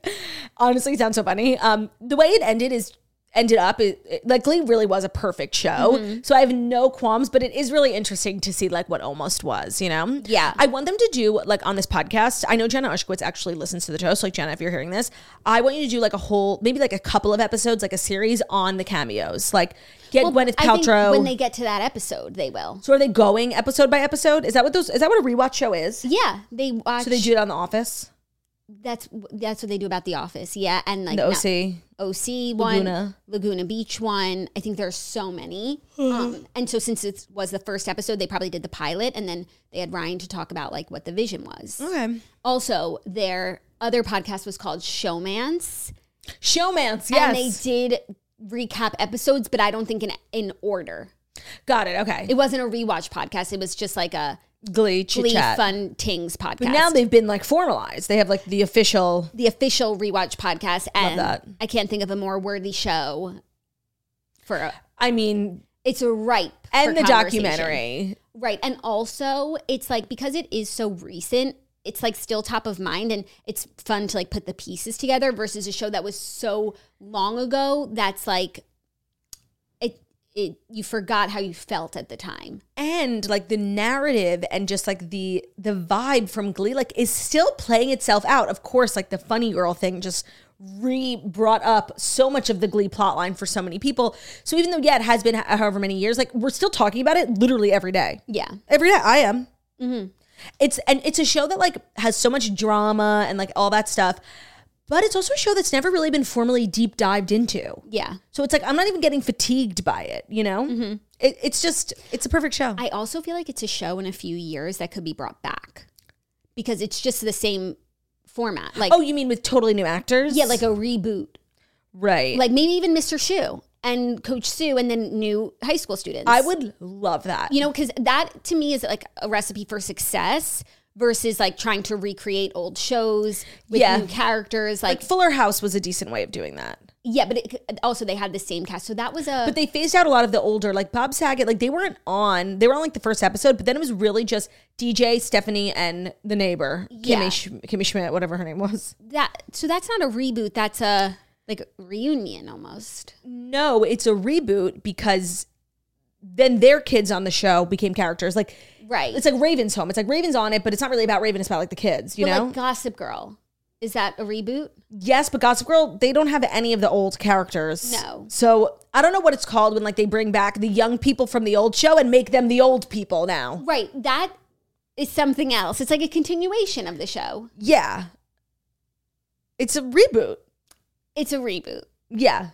A: honestly, it sounds so funny. Um, the way it ended is ended up it, it- like Glee really was a perfect show. So I have no qualms, but it is really interesting to see like what almost was. You know?
B: Yeah.
A: I want them to do like on this podcast. I know Jenna Ushkowitz actually listens to the show. So like Jenna, if you're hearing this, I want you to do like a whole maybe like a couple of episodes, like a series on the cameos, like. Get Gwyneth
B: I think
A: Paltrow.
B: when they get to that episode, they will.
A: So are they going episode by episode? Is that what those? Is that what a rewatch show is?
B: Yeah, they watch.
A: So they do it on The Office.
B: That's that's what they do about The Office, yeah, and like
A: the
B: no-
A: OC.
B: OC one,
A: Laguna.
B: Laguna. Beach one. I think there's so many. um, and so since it was the first episode, they probably did the pilot, and then they had Ryan to talk about like what the vision was.
A: Okay.
B: Also, their other podcast was called Showmance,
A: Showmance,
B: and they did recap episodes, but I don't think in in order.
A: Got it. Okay.
B: It wasn't a rewatch podcast. It was just like a
A: Glee, chit
B: Glee
A: chat.
B: Fun Tings podcast.
A: But now they've been like formalized. They have like the official.
B: the official rewatch podcast, and
A: that.
B: I can't think of a more worthy show for a,
A: I mean,
B: it's a ripe
A: and
B: for
A: the
B: conversation.
A: documentary.
B: right and also it's like because it is so recent it's like still top of mind and it's fun to like put the pieces together versus a show that was so long ago that's like it it you forgot how you felt at the time
A: and like the narrative and just like the the vibe from glee like is still playing itself out of course like the funny girl thing just re brought up so much of the glee plotline for so many people so even though yeah it has been ho- however many years like we're still talking about it literally every day
B: yeah
A: every day i am it's and it's a show that like has so much drama and like all that stuff but it's also a show that's never really been formally deep dived into
B: yeah
A: so it's like i'm not even getting fatigued by it you know it, it's just it's a perfect show
B: i also feel like it's a show in a few years that could be brought back because it's just the same format like
A: oh, you mean with totally new actors?
B: yeah like a reboot
A: right.
B: like maybe even mr shu and coach sue and then new high school students
A: I would love that.
B: you know because that to me is like a recipe for success versus like trying to recreate old shows with
A: Yeah.
B: new characters like,
A: like Fuller House was a decent way of doing that,
B: yeah but it, also they had the same cast so that was a
A: but they phased out a lot of the older, like Bob Saget. Like they weren't on; they were on like the first episode, but then it was really just DJ, Stephanie, and the neighbor,
B: Yeah.
A: Kimmy, Sch- Kimmy Schmidt, whatever her name was.
B: that so that's not a reboot that's a like reunion almost
A: No, it's a reboot because then their kids on the show became characters. Like
B: right
A: it's like Raven's home. It's like Raven's on it, but it's not really about Raven. It's about like the kids. You
B: but
A: know?
B: like gossip girl is that a reboot
A: Yes, but Gossip Girl, they don't have any of the old characters.
B: No.
A: So I don't know what it's called when like they bring back the young people from the old show and make them the old people now.
B: right that is something else it's like a continuation of the show
A: Yeah. It's a reboot.
B: it's a reboot
A: Yeah.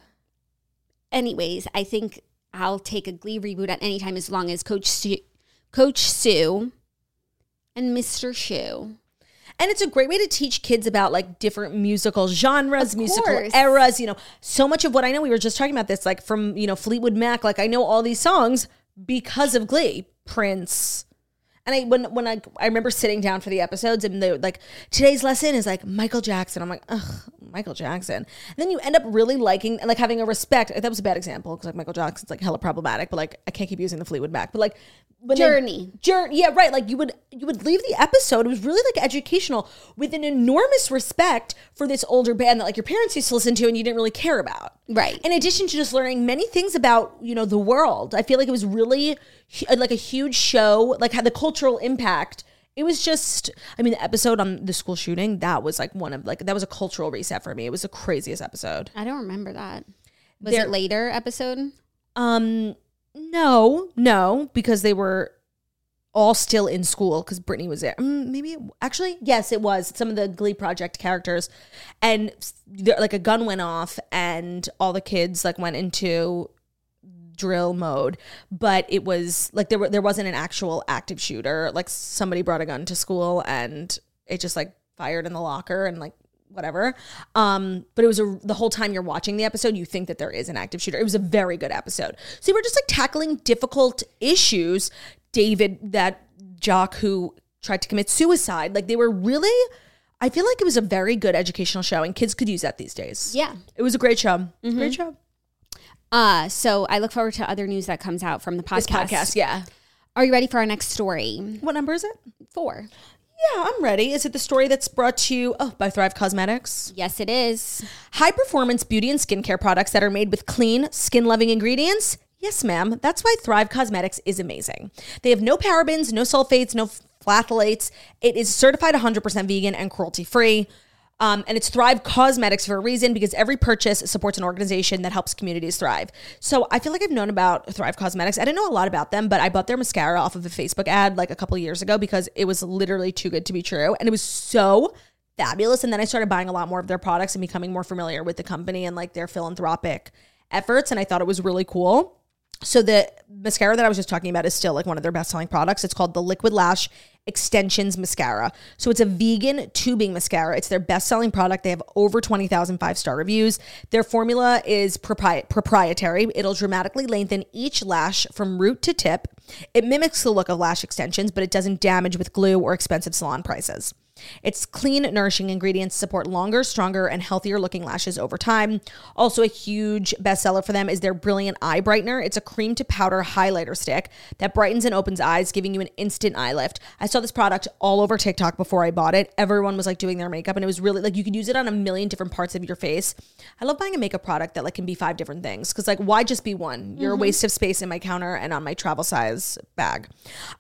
B: anyways, I think I'll take a Glee reboot at any time as long as Coach Sue, Coach Sue, and Mr. Shu.
A: And it's a great way to teach kids about like different musical genres,
B: Of
A: musical
B: course.
A: eras, you know. So much of what I know, we were just talking about this, like from, you know, Fleetwood Mac, like I know all these songs because of Glee, Prince. And I when when I I remember sitting down for the episodes and they were like, today's lesson is like Michael Jackson. I'm like, ugh, Michael Jackson. And then you end up really liking and like having a respect. That was a bad example because like Michael Jackson's like hella problematic, but like I can't keep using the Fleetwood Mac. But like when they-
B: Journey.
A: Journey, yeah, right. Like you would you would leave the episode. It was really like educational with an enormous respect for this older band that like your parents used to listen to and you didn't really care about.
B: Right.
A: In addition to just learning many things about you know the world, I feel like it was really hu- uh, like a huge show. Like had the cultural impact. It was just, I mean, the episode on the school shooting that was like one of like that was a cultural reset for me. It was the craziest episode.
B: I don't remember that. Was
A: There-
B: it later episode?
A: Um, no, no, because they were all still in school because Brittany was there. Mm, maybe it, actually, yes, it was some of the Glee Project characters, and s- there, like a gun went off, and all the kids like went into drill mode. But it was like there were there wasn't an actual active shooter. Like somebody brought a gun to school, and it just like fired in the locker, and like whatever um but it was a the whole time you're watching the episode you think that there is an active shooter it was a very good episode so we were just like tackling difficult issues david that jock who tried to commit suicide like they were really i feel like it was a very good educational show and kids could use that these days
B: Yeah.
A: it was a great show Mm-hmm. great show
B: Uh, so I look forward to other news that comes out from the podcast.
A: this podcast yeah
B: Are you ready for our next story?
A: what number is it
B: Four.
A: yeah i'm ready is it the story that's brought to you oh, by thrive cosmetics
B: Yes, it is.
A: High performance beauty and skincare products that are made with clean, skin loving ingredients? Yes, ma'am. That's why Thrive Cosmetics is amazing. They have no parabens, no sulfates, no phthalates. It is certified 100% vegan and cruelty free. Um, and it's Thrive Cosmetics for a reason because every purchase supports an organization that helps communities thrive. So I feel like I've known about Thrive Cosmetics. I didn't know a lot about them, but I bought their mascara off of a Facebook ad like a couple years ago because it was literally too good to be true. And it was so fabulous. And then I started buying a lot more of their products and becoming more familiar with the company and like their philanthropic efforts. And I thought it was really cool. So the mascara that I was just talking about is still like one of their best-selling products. It's called the Liquid Lash Extensions Mascara. So it's a vegan tubing mascara. It's their best-selling product. They have over 20,000 five-star reviews. Their formula is propri- proprietary. It'll dramatically lengthen each lash from root to tip. It mimics the look of lash extensions, but it doesn't damage with glue or expensive salon prices. Its clean, nourishing ingredients support longer, stronger, and healthier looking lashes over time. Also, a huge bestseller for them is their Brilliant Eye Brightener. It's a cream to powder highlighter stick that brightens and opens eyes, giving you an instant eye lift. I saw this product all over TikTok before I bought it. Everyone was like doing their makeup, and it was really like you could use it on a million different parts of your face. I love buying a makeup product that like can be five different things because like why just be one? You're a waste of space in my counter and on my travel size bag.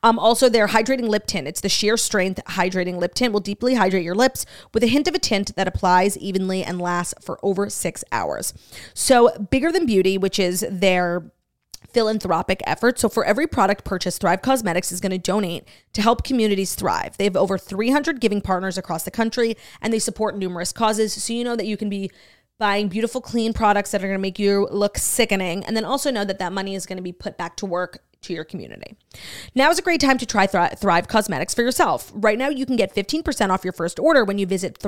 A: Um, also, their hydrating lip tint. It's the sheer strength hydrating lip tint will deeply hydrate your lips with a hint of a tint that applies evenly and lasts for over six hours. So, bigger than beauty, which is their philanthropic effort. So for every product purchased, Thrive Cosmetics is going to donate to help communities thrive. They have over 300 giving partners across the country and they support numerous causes. So you know that you can be buying beautiful clean products that are going to make you look sickening and then also know that that money is going to be put back to work to your community. Now is a great time to try Thri- Thrive Cosmetics for yourself. Right now you can get 15% off your first order when you visit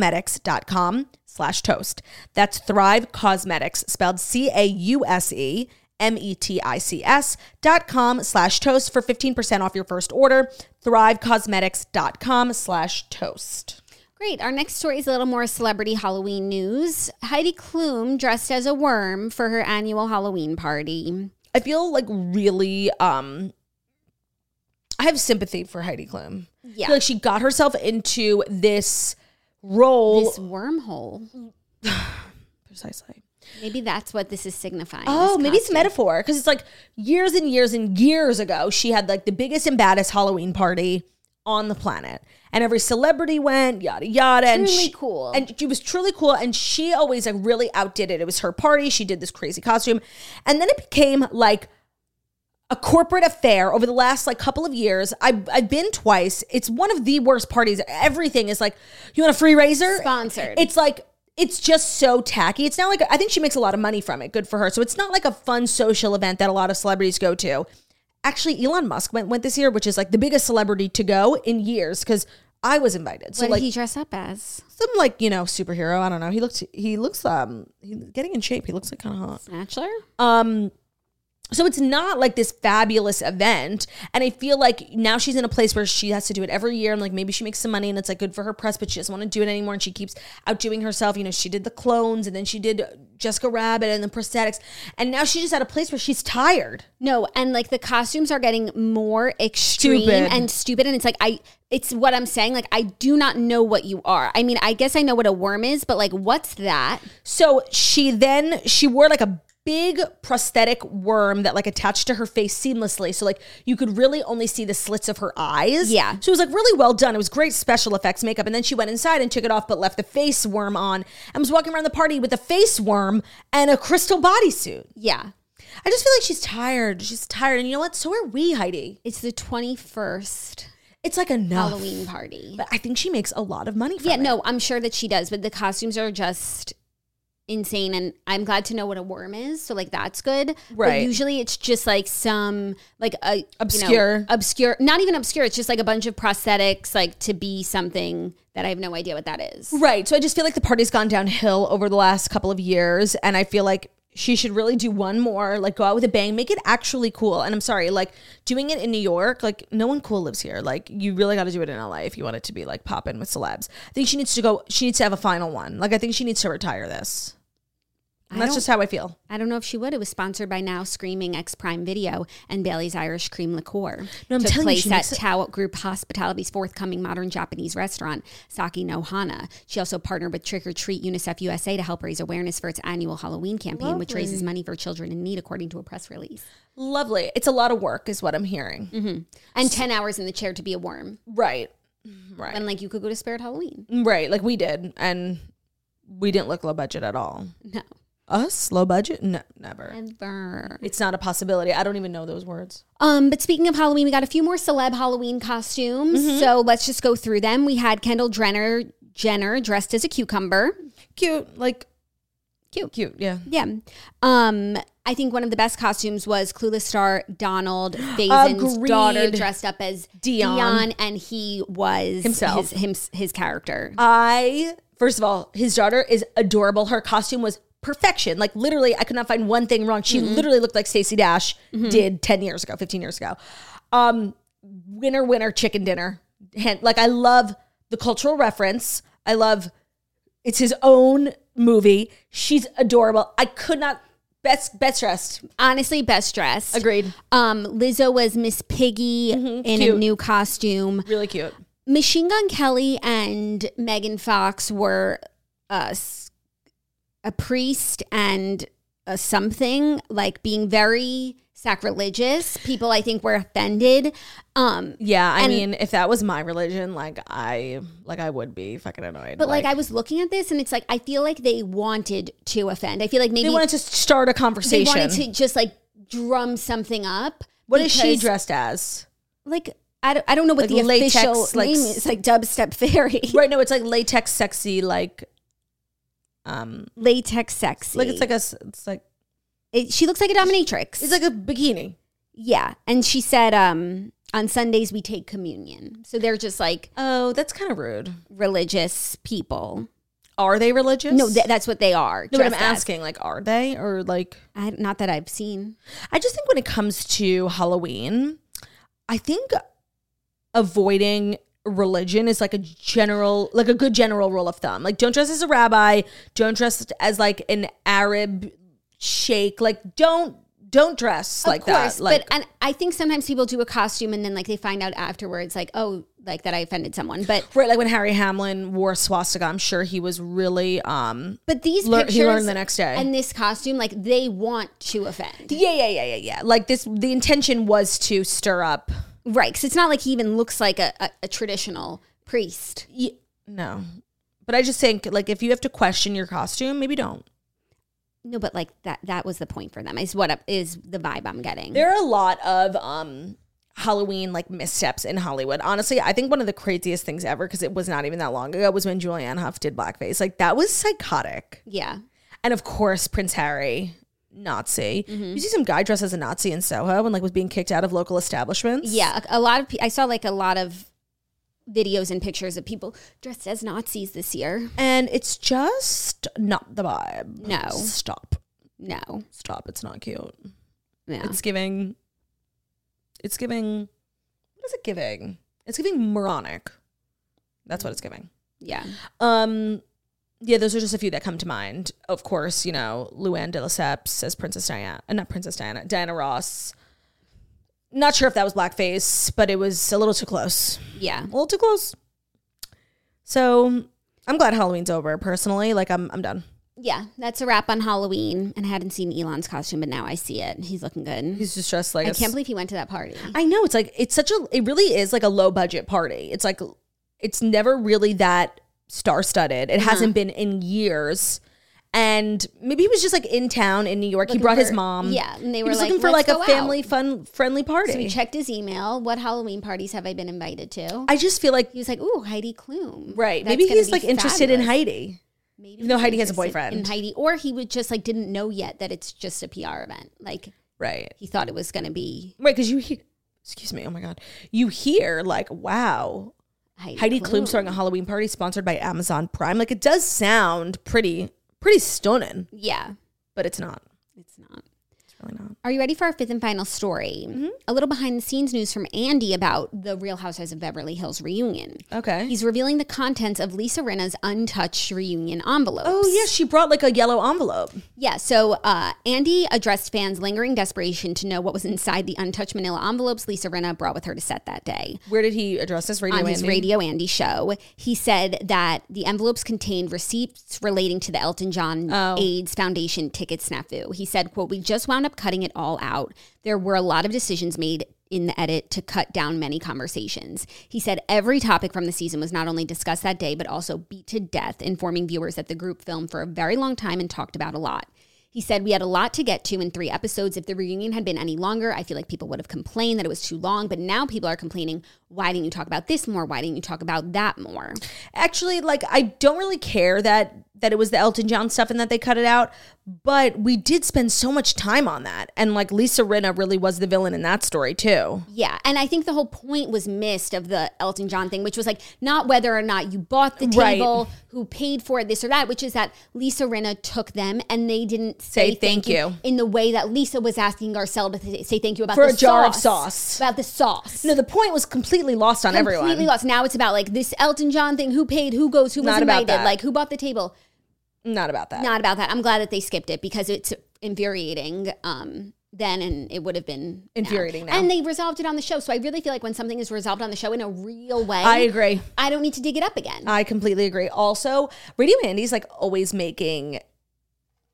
A: thrivecosmetics.com slash toast. That's Thrive Cosmetics, spelled C A U S E M E T I C S dot com slash toast for 15% off your first order. Thrivecosmetics.com slash toast.
B: Great. Our next story is a little more celebrity Halloween news. Heidi Klum dressed as a worm for her annual Halloween party.
A: I feel like really, um, I have sympathy for Heidi Klum. I
B: Yeah.
A: feel like she got herself into this role.
B: This wormhole.
A: precisely.
B: Maybe that's what this is signifying.
A: Oh,
B: this
A: maybe it's
B: costume.
A: metaphor because it's like years and years and years ago, she had like the biggest and baddest Halloween party on the planet, and every celebrity went, yada yada, and
B: Truly
A: she,
B: cool.
A: and she was truly cool, and she always like really outdid it. It was her party; she did this crazy costume, and then it became like a corporate affair over the last like couple of years. I've I've been twice. It's one of the worst parties. Everything is like, you want a free razor?
B: Sponsored.
A: It's like it's just so tacky. It's not like I think she makes a lot of money from it. Good for her. So it's not like a fun social event that a lot of celebrities go to. Actually, Elon Musk went went this year, which is like the biggest celebrity to go in years because I was invited. So
B: What
A: like
B: did he dress up as?
A: some like you know superhero. I don't know. He looks he looks um he's getting in shape. He looks like kind of hot.
B: Bachelor?
A: Um, so it's not like this fabulous event. And I feel like now she's in a place where she has to do it every year. And like maybe she makes some money and it's like good for her press, but she doesn't want to do it anymore. And she keeps outdoing herself. You know, she did the clones and then she did Jessica Rabbit and the prosthetics. And now she's just at a place where she's tired.
B: No, and like the costumes are getting more extreme
A: Stupid.
B: and stupid. And it's like, I, it's what I'm saying. Like, I do not know what you are. I mean, I guess I know what a worm is, but like, what's that?
A: So she then she wore like a big prosthetic worm that like attached to her face seamlessly. So like you could really only see the slits of her eyes.
B: Yeah.
A: So it was like really well done. It was great special effects makeup. And then she went inside and took it off but left the face worm on and was walking around the party with a face worm and a crystal bodysuit.
B: Yeah.
A: I just feel like she's tired. She's tired. And you know what? So are we, Heidi.
B: It's the 21st
A: It's like enough.
B: Halloween party.
A: But I think she makes a lot of money from
B: yeah,
A: it.
B: no, I'm sure that she does, but the costumes are just insane. And I'm glad to know what a worm is. So, like, that's good. But
A: Right.
B: usually it's just like some, like, a you know,
A: Obscure.
B: obscure, not even obscure. It's just like a bunch of prosthetics, like, to be something that I have no idea what that is.
A: Right. So I just feel like the party's gone downhill over the last couple of years. And I feel like she should really do one more, like go out with a bang, make it actually cool. And I'm sorry, like doing it in New York, like no one cool lives here. Like you really got to do it in LA if you want it to be like poppin' with celebs. I think she needs to go, she needs to have a final one. Like I think she needs to retire this. And
B: I
A: that's
B: don't-
A: just how I feel.
B: I don't know if she would. It was sponsored by Now Screaming X Prime Video and Bailey's Irish Cream Liqueur.
A: No, I'm
B: Took
A: telling you,
B: place
A: she
B: at
A: makes it-
B: Tao Group Hospitality's forthcoming modern Japanese restaurant, Saki no Hana. She also partnered with Trick or Treat UNICEF USA to help raise awareness for its annual Halloween campaign, which raises money for children in need, according to a press release.
A: Lovely. It's a lot of work, is what I'm hearing.
B: And 10 hours in the chair to be a worm.
A: Mm-hmm. Right. Mm-hmm. Right.
B: And like you could go to Spirit Halloween.
A: right. Like we did. And we didn't look low budget at all.
B: No.
A: Us? Low budget? No, never.
B: Never.
A: It's not a possibility. I don't even know those words.
B: Um, but speaking of
A: Mm-hmm.
B: Halloween, we got a few more celeb Halloween costumes. So let's just go through them. We had Kendall Jenner Jenner dressed as a cucumber.
A: Cute, like
B: Cute.
A: cute, yeah.
B: Yeah. Um, I think one of the best costumes was Clueless star Donald Faison's
A: Agreed.
B: daughter dressed up as
A: Dion.
B: Dion, and he was
A: Himself.
B: his, his, his character.
A: I first of all, his daughter is adorable. Her costume was perfection. Like literally, I could not find one thing wrong. She literally looked like Stacey Dash did ten years ago, fifteen years ago. Um, winner, winner, chicken dinner. Hen- Like I love the cultural reference. I love it's his own movie. She's adorable. I could not best best dressed.
B: Honestly, best dressed.
A: Agreed.
B: Um, Lizzo was Miss Piggy in
A: Mm-hmm. Cute.
B: a new costume.
A: Really cute.
B: Machine Gun Kelly and Megan Fox were a, s- a priest and a something like being very sacrilegious. People, I think, were offended. Um,
A: Yeah, I
B: And-
A: mean, if that was my religion, like I like I would be fucking annoyed.
B: but like, I was looking at this, and it's like I feel like they wanted to offend. I feel like maybe
A: they wanted to start a
B: they
A: conversation.
B: wanted to just like drum something up.
A: What is she
B: because,
A: dressed as?
B: like? I don't, I don't know what
A: Like
B: the
A: latex,
B: official
A: like,
B: name
A: s-
B: is. Like dubstep fairy,
A: Right now, it's like latex, sexy, like, um,
B: latex sexy.
A: like it's like a, s- it's like
B: It- she looks like a dominatrix.
A: it's like a bikini.
B: Yeah. And she said, um, on Sundays we take communion. So they're just like
A: Oh, that's kind of rude.
B: religious people.
A: Are they religious?
B: No, th- that's what they are.
A: no. But I'm
B: dressed as.
A: asking, like, are they or like?
B: I, not that I've seen.
A: I just think when it comes to Halloween, I think avoiding religion is like a general, like a good general rule of thumb. Like, don't dress as a rabbi. Don't dress as like an Arab sheikh. Like, don't don't dress like that. Like,
B: but and I think sometimes people do a costume and then like they find out afterwards, like, oh, like that I offended someone. But
A: Right, like when Harry Hamlin wore swastika, I'm sure he was really um
B: but these
A: Lear-
B: pictures
A: he learned the next day.
B: and this costume, like they want to offend,
A: yeah, yeah, yeah, yeah, yeah. Like this the intention was to stir up
B: right? Because it's not like he even looks like a, a, a traditional priest.
A: y- no. But I just think like if you have to question your costume, maybe don't.
B: No, but like that—that was the point for them. Is what is the vibe I'm getting?
A: There are a lot of um Halloween like missteps in Hollywood. Honestly, I think one of the craziest things ever cuz it was not even that long ago was when Julianne Hough did blackface. Like that was psychotic.
B: yeah.
A: And of course, Prince Harry Nazi.
B: Mm-hmm.
A: You see some guy dressed as a Nazi in Soho and like was being kicked out of local establishments.
B: Yeah, a, a lot of pe- I saw like a lot of videos and pictures of people dressed as Nazis this year.
A: and it's just not the vibe.
B: No.
A: stop,
B: No,
A: stop. It's not cute.
B: no,
A: It's giving. It's giving. What is it giving? It's giving moronic. That's what it's giving.
B: yeah,
A: Um, yeah, those are just a few that come to mind. Of course, you know Luann de Lesseps as Princess Diana, uh, not Princess Diana, Diana Ross. Not sure if that was blackface, but it was a little too close.
B: yeah.
A: A little too close. So I'm glad Halloween's over. Personally, like I'm, I'm done.
B: Yeah, that's a wrap on Halloween. And I hadn't seen Elon's costume, but now I see it. He's looking good.
A: He's just dressed like a
B: I
A: s-
B: can't believe he went to that party.
A: I know it's like it's such a it really is like a low budget party. It's like it's never really that star studded.
B: Mm-hmm.
A: It hasn't been in years. And maybe he was just like in town in New York. he
B: Looking
A: brought his
B: for-
A: mom.
B: yeah, and they
A: He
B: were
A: was
B: like,
A: looking for
B: "Let's
A: like a
B: go
A: family
B: out."
A: fun friendly party.
B: So he checked his email. What Halloween parties have I been invited to?
A: I just feel like
B: he was like, "Ooh, Heidi Klum."
A: right.
B: That's
A: Maybe
B: gonna
A: he's
B: be
A: like interested in
B: fabulous.
A: Heidi.
B: Maybe
A: even though
B: he's
A: Heidi has a
B: interested
A: boyfriend.
B: In Heidi, or he would just like didn't know yet that it's just a PR event. Like
A: Right.
B: he thought it was going to be
A: Right, because you hear excuse me, oh my god. You hear like, wow,
B: Heidi,
A: Heidi Klum throwing a Halloween party sponsored by Amazon Prime. Like it does sound pretty pretty stunning,
B: Yeah,
A: but it's not.
B: it's not.
A: It's really not.
B: Are you ready for our fifth and final story?
A: Mm-hmm.
B: A little behind the scenes news from Andy about the Real Housewives of Beverly Hills reunion.
A: Okay.
B: He's revealing the contents of Lisa Rinna's untouched reunion envelopes.
A: oh yeah, she brought like a yellow envelope.
B: Yeah, so uh, Andy addressed fans' lingering desperation to know what was inside the untouched manila envelopes Lisa Rinna brought with her to set that day.
A: Where did he address this radio?
B: on his
A: Andy?
B: Radio Andy show, he said that the envelopes contained receipts relating to the Elton John
A: Oh.
B: AIDS Foundation ticket snafu. He said, quote, we just wound up cutting it all out. There were a lot of decisions made in the edit to cut down many conversations. He said every topic from the season was not only discussed that day, but also beat to death, informing viewers that the group filmed for a very long time and talked about a lot. He said, We had a lot to get to in three episodes. If the reunion had been any longer, I feel like people would have complained that it was too long. But now people are complaining, Why didn't you talk about this more? Why didn't you talk about that more?
A: actually like I don't really care that that it was the Elton John stuff and that they cut it out, but we did spend so much time on that. And like Lisa Rinna really was the villain in that story too.
B: Yeah. And I think the whole point was missed of the Elton John thing, which was like not whether or not you bought the
A: Right.
B: table, who paid for it, this or that, which is that Lisa Rinna took them and they didn't say,
A: thank you.
B: in the way that Lisa was asking Garcelle to say thank you about
A: For
B: the
A: a jar of sauce.
B: About the sauce.
A: No, the point was completely lost on
B: completely
A: everyone.
B: lost. Now it's about like this Elton John thing. Who paid? Who goes? Who was
A: Not about
B: invited?
A: that. Uh,
B: Like who bought the table?
A: Not about that.
B: Not about that. I'm glad that they skipped it because it's infuriating. Um, then and it would have been now.
A: Infuriating now.
B: And they resolved it on the show, so I really feel like when something is resolved on the show in a real way,
A: I agree.
B: I don't need to dig it up again.
A: I completely agree. Also, Radio Mandy's like always making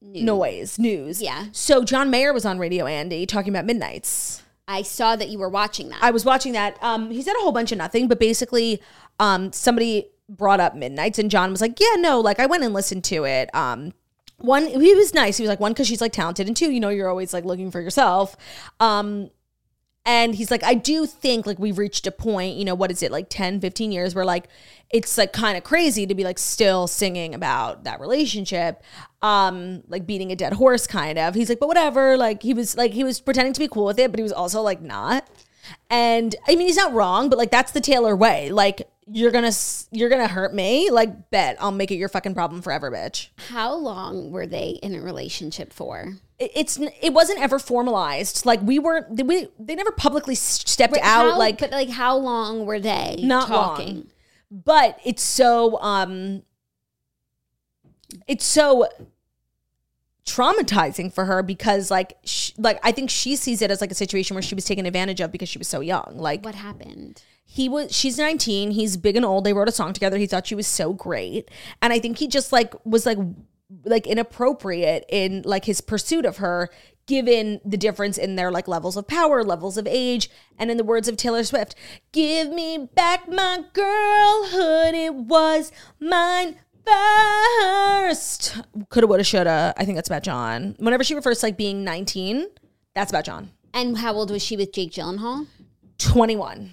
A: noise, news.
B: Yeah.
A: So John Mayer was on Radio Andy talking about Midnight's.
B: I saw that you were watching that.
A: I was watching that. Um, he said a whole bunch of nothing, but basically, um, somebody brought up Midnight's, and John was like, "Yeah, no, like I went and listened to it." Um, one, he was nice. He was like, one, because she's like talented, and two, you know, you're always like looking for yourself. Um, and he's like, I do think like we've reached a point, you know, what is it, like 10, 15 years where like it's like kind of crazy to be like still singing about that relationship, um, like beating a dead horse kind of. He's like, but whatever. Like he was like, he was pretending to be cool with it, but he was also like not. And I mean, he's not wrong, but like that's the Taylor way. Like you're gonna, s- you're gonna hurt me. Like bet I'll make it your fucking problem forever, bitch.
B: How long were they in a relationship for?
A: It- It's, n- it wasn't ever formalized. Like we weren't, we, they never publicly s- stepped out.
B: How-
A: like
B: but like, how long were they
A: Not long.
B: talking?
A: but it's so um it's so traumatizing for her because like sh like I think she sees it as like a situation where she was taken advantage of because she was so young like
B: What happened?
A: he was she's 19 he's big and old they wrote a song together he thought she was so great and I think he just like was like like inappropriate in like his pursuit of her given the difference in their like levels of power levels of age and in the words of Taylor Swift give me back my girlhood it was mine first coulda woulda shoulda I think that's about John whenever she refers to like being 19 that's about John
B: And how old was she with Jake Gyllenhaal?
A: 21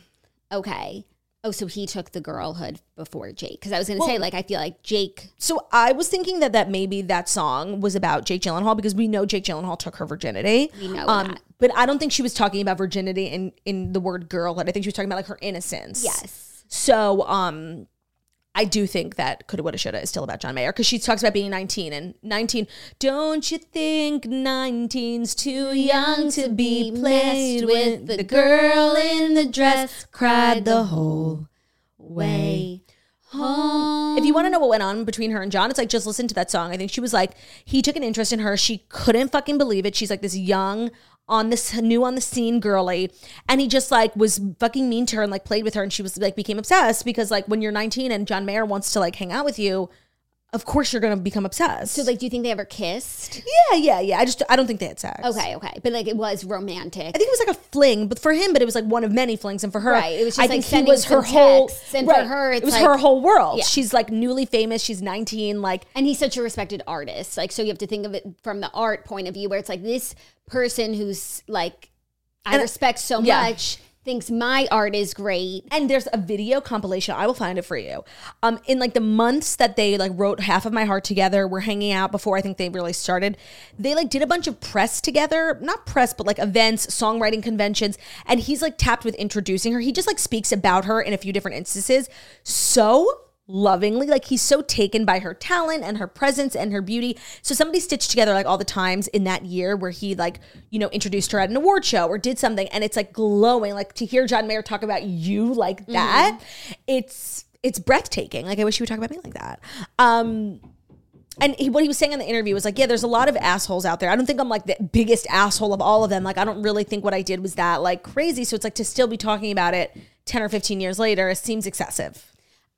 B: Okay. Oh, so he took the girlhood before Jake. Because I was going to say, like, I feel like Jake.
A: So I was thinking that that maybe that song was about Jake Gyllenhaal because we know Jake Gyllenhaal took her virginity. Um,
B: We know that.
A: but I don't think she was talking about virginity in in the word girlhood. I think she was talking about like her innocence.
B: Yes.
A: So um, I do think that coulda woulda shoulda is still about John Mayer because she talks about being nineteen and nineteen. Don't you think nineteen's too young to be played with? The girl in the dress cried the whole
B: Way home.
A: if you want to know what went on between her and John, it's like just listen to that song. I think she was like he took an interest in her. She couldn't fucking believe it. She's like this young on this new on the scene girly and he just like was fucking mean to her and like played with her and she was like became obsessed because like when you're 19 and John Mayer wants to like hang out with you, of course you're going to become obsessed.
B: So, like, do you think they ever kissed?
A: yeah, yeah, yeah. I just I don't think they had sex.
B: Okay, okay. But, like, it was romantic.
A: I think it was like a fling, but for him, but it was like one of many flings, and for her,
B: Right, it was just,
A: I think
B: like,
A: he
B: sending
A: was her
B: some
A: whole.
B: texts, and for her,
A: it
B: it's
A: was
B: like-
A: her whole world.
B: Yeah.
A: She's like newly famous. She's nineteen. Like
B: and he's such a respected artist. Like, so you have to think of it from the art point of view, where it's like this person who's like, I
A: And-
B: respect so
A: yeah.
B: much, thinks my art is great.
A: and there's a video compilation i will find it for you um in like the months that they like wrote half of my heart together were hanging out before i think they really started they like did a bunch of press together not press but like events songwriting conventions and he's like tapped with introducing her he just like speaks about her in a few different instances so lovingly like he's so taken by her talent and her presence and her beauty so somebody stitched together like all the times in that year where he like you know introduced her at an award show or did something and it's like glowing like to hear john mayer talk about you like that it's it's breathtaking like i wish he would talk about me like that um and he, what he was saying in the interview was like, yeah, there's a lot of assholes out there. I don't think I'm like the biggest asshole of all of them. Like, I don't really think what I did was that like crazy. So it's like to still be talking about it 10 or 15 years later, it seems excessive.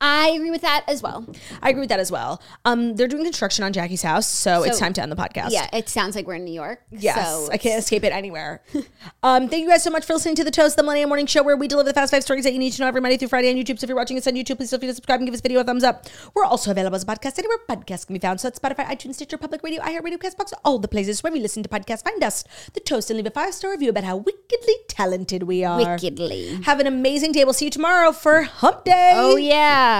B: I agree with that as well.
A: I agree with that as well. Um, they're doing construction on Jackie's house, so, it's
B: So-
A: time to end the podcast.
B: Yeah, it sounds like we're in New York.
A: Yes,
B: so
A: I can't escape it anywhere. um, thank you guys so much for listening to the Toast, the Millennium Morning Show, where we deliver the fast five stories that you need to know every Monday through Friday on YouTube. So if you're watching us on YouTube, please feel free to subscribe and give this video a thumbs up. We're also available as a podcast anywhere podcasts can be found. So that's Spotify, iTunes, Stitcher, Public Radio, iHeartRadio, Castbox, all the places where we listen to podcasts. Find us, the Toast, and leave a five star review about how wickedly talented we are.
B: wickedly.
A: Have an amazing day. We'll see you tomorrow for Hump Day.
B: Oh yeah.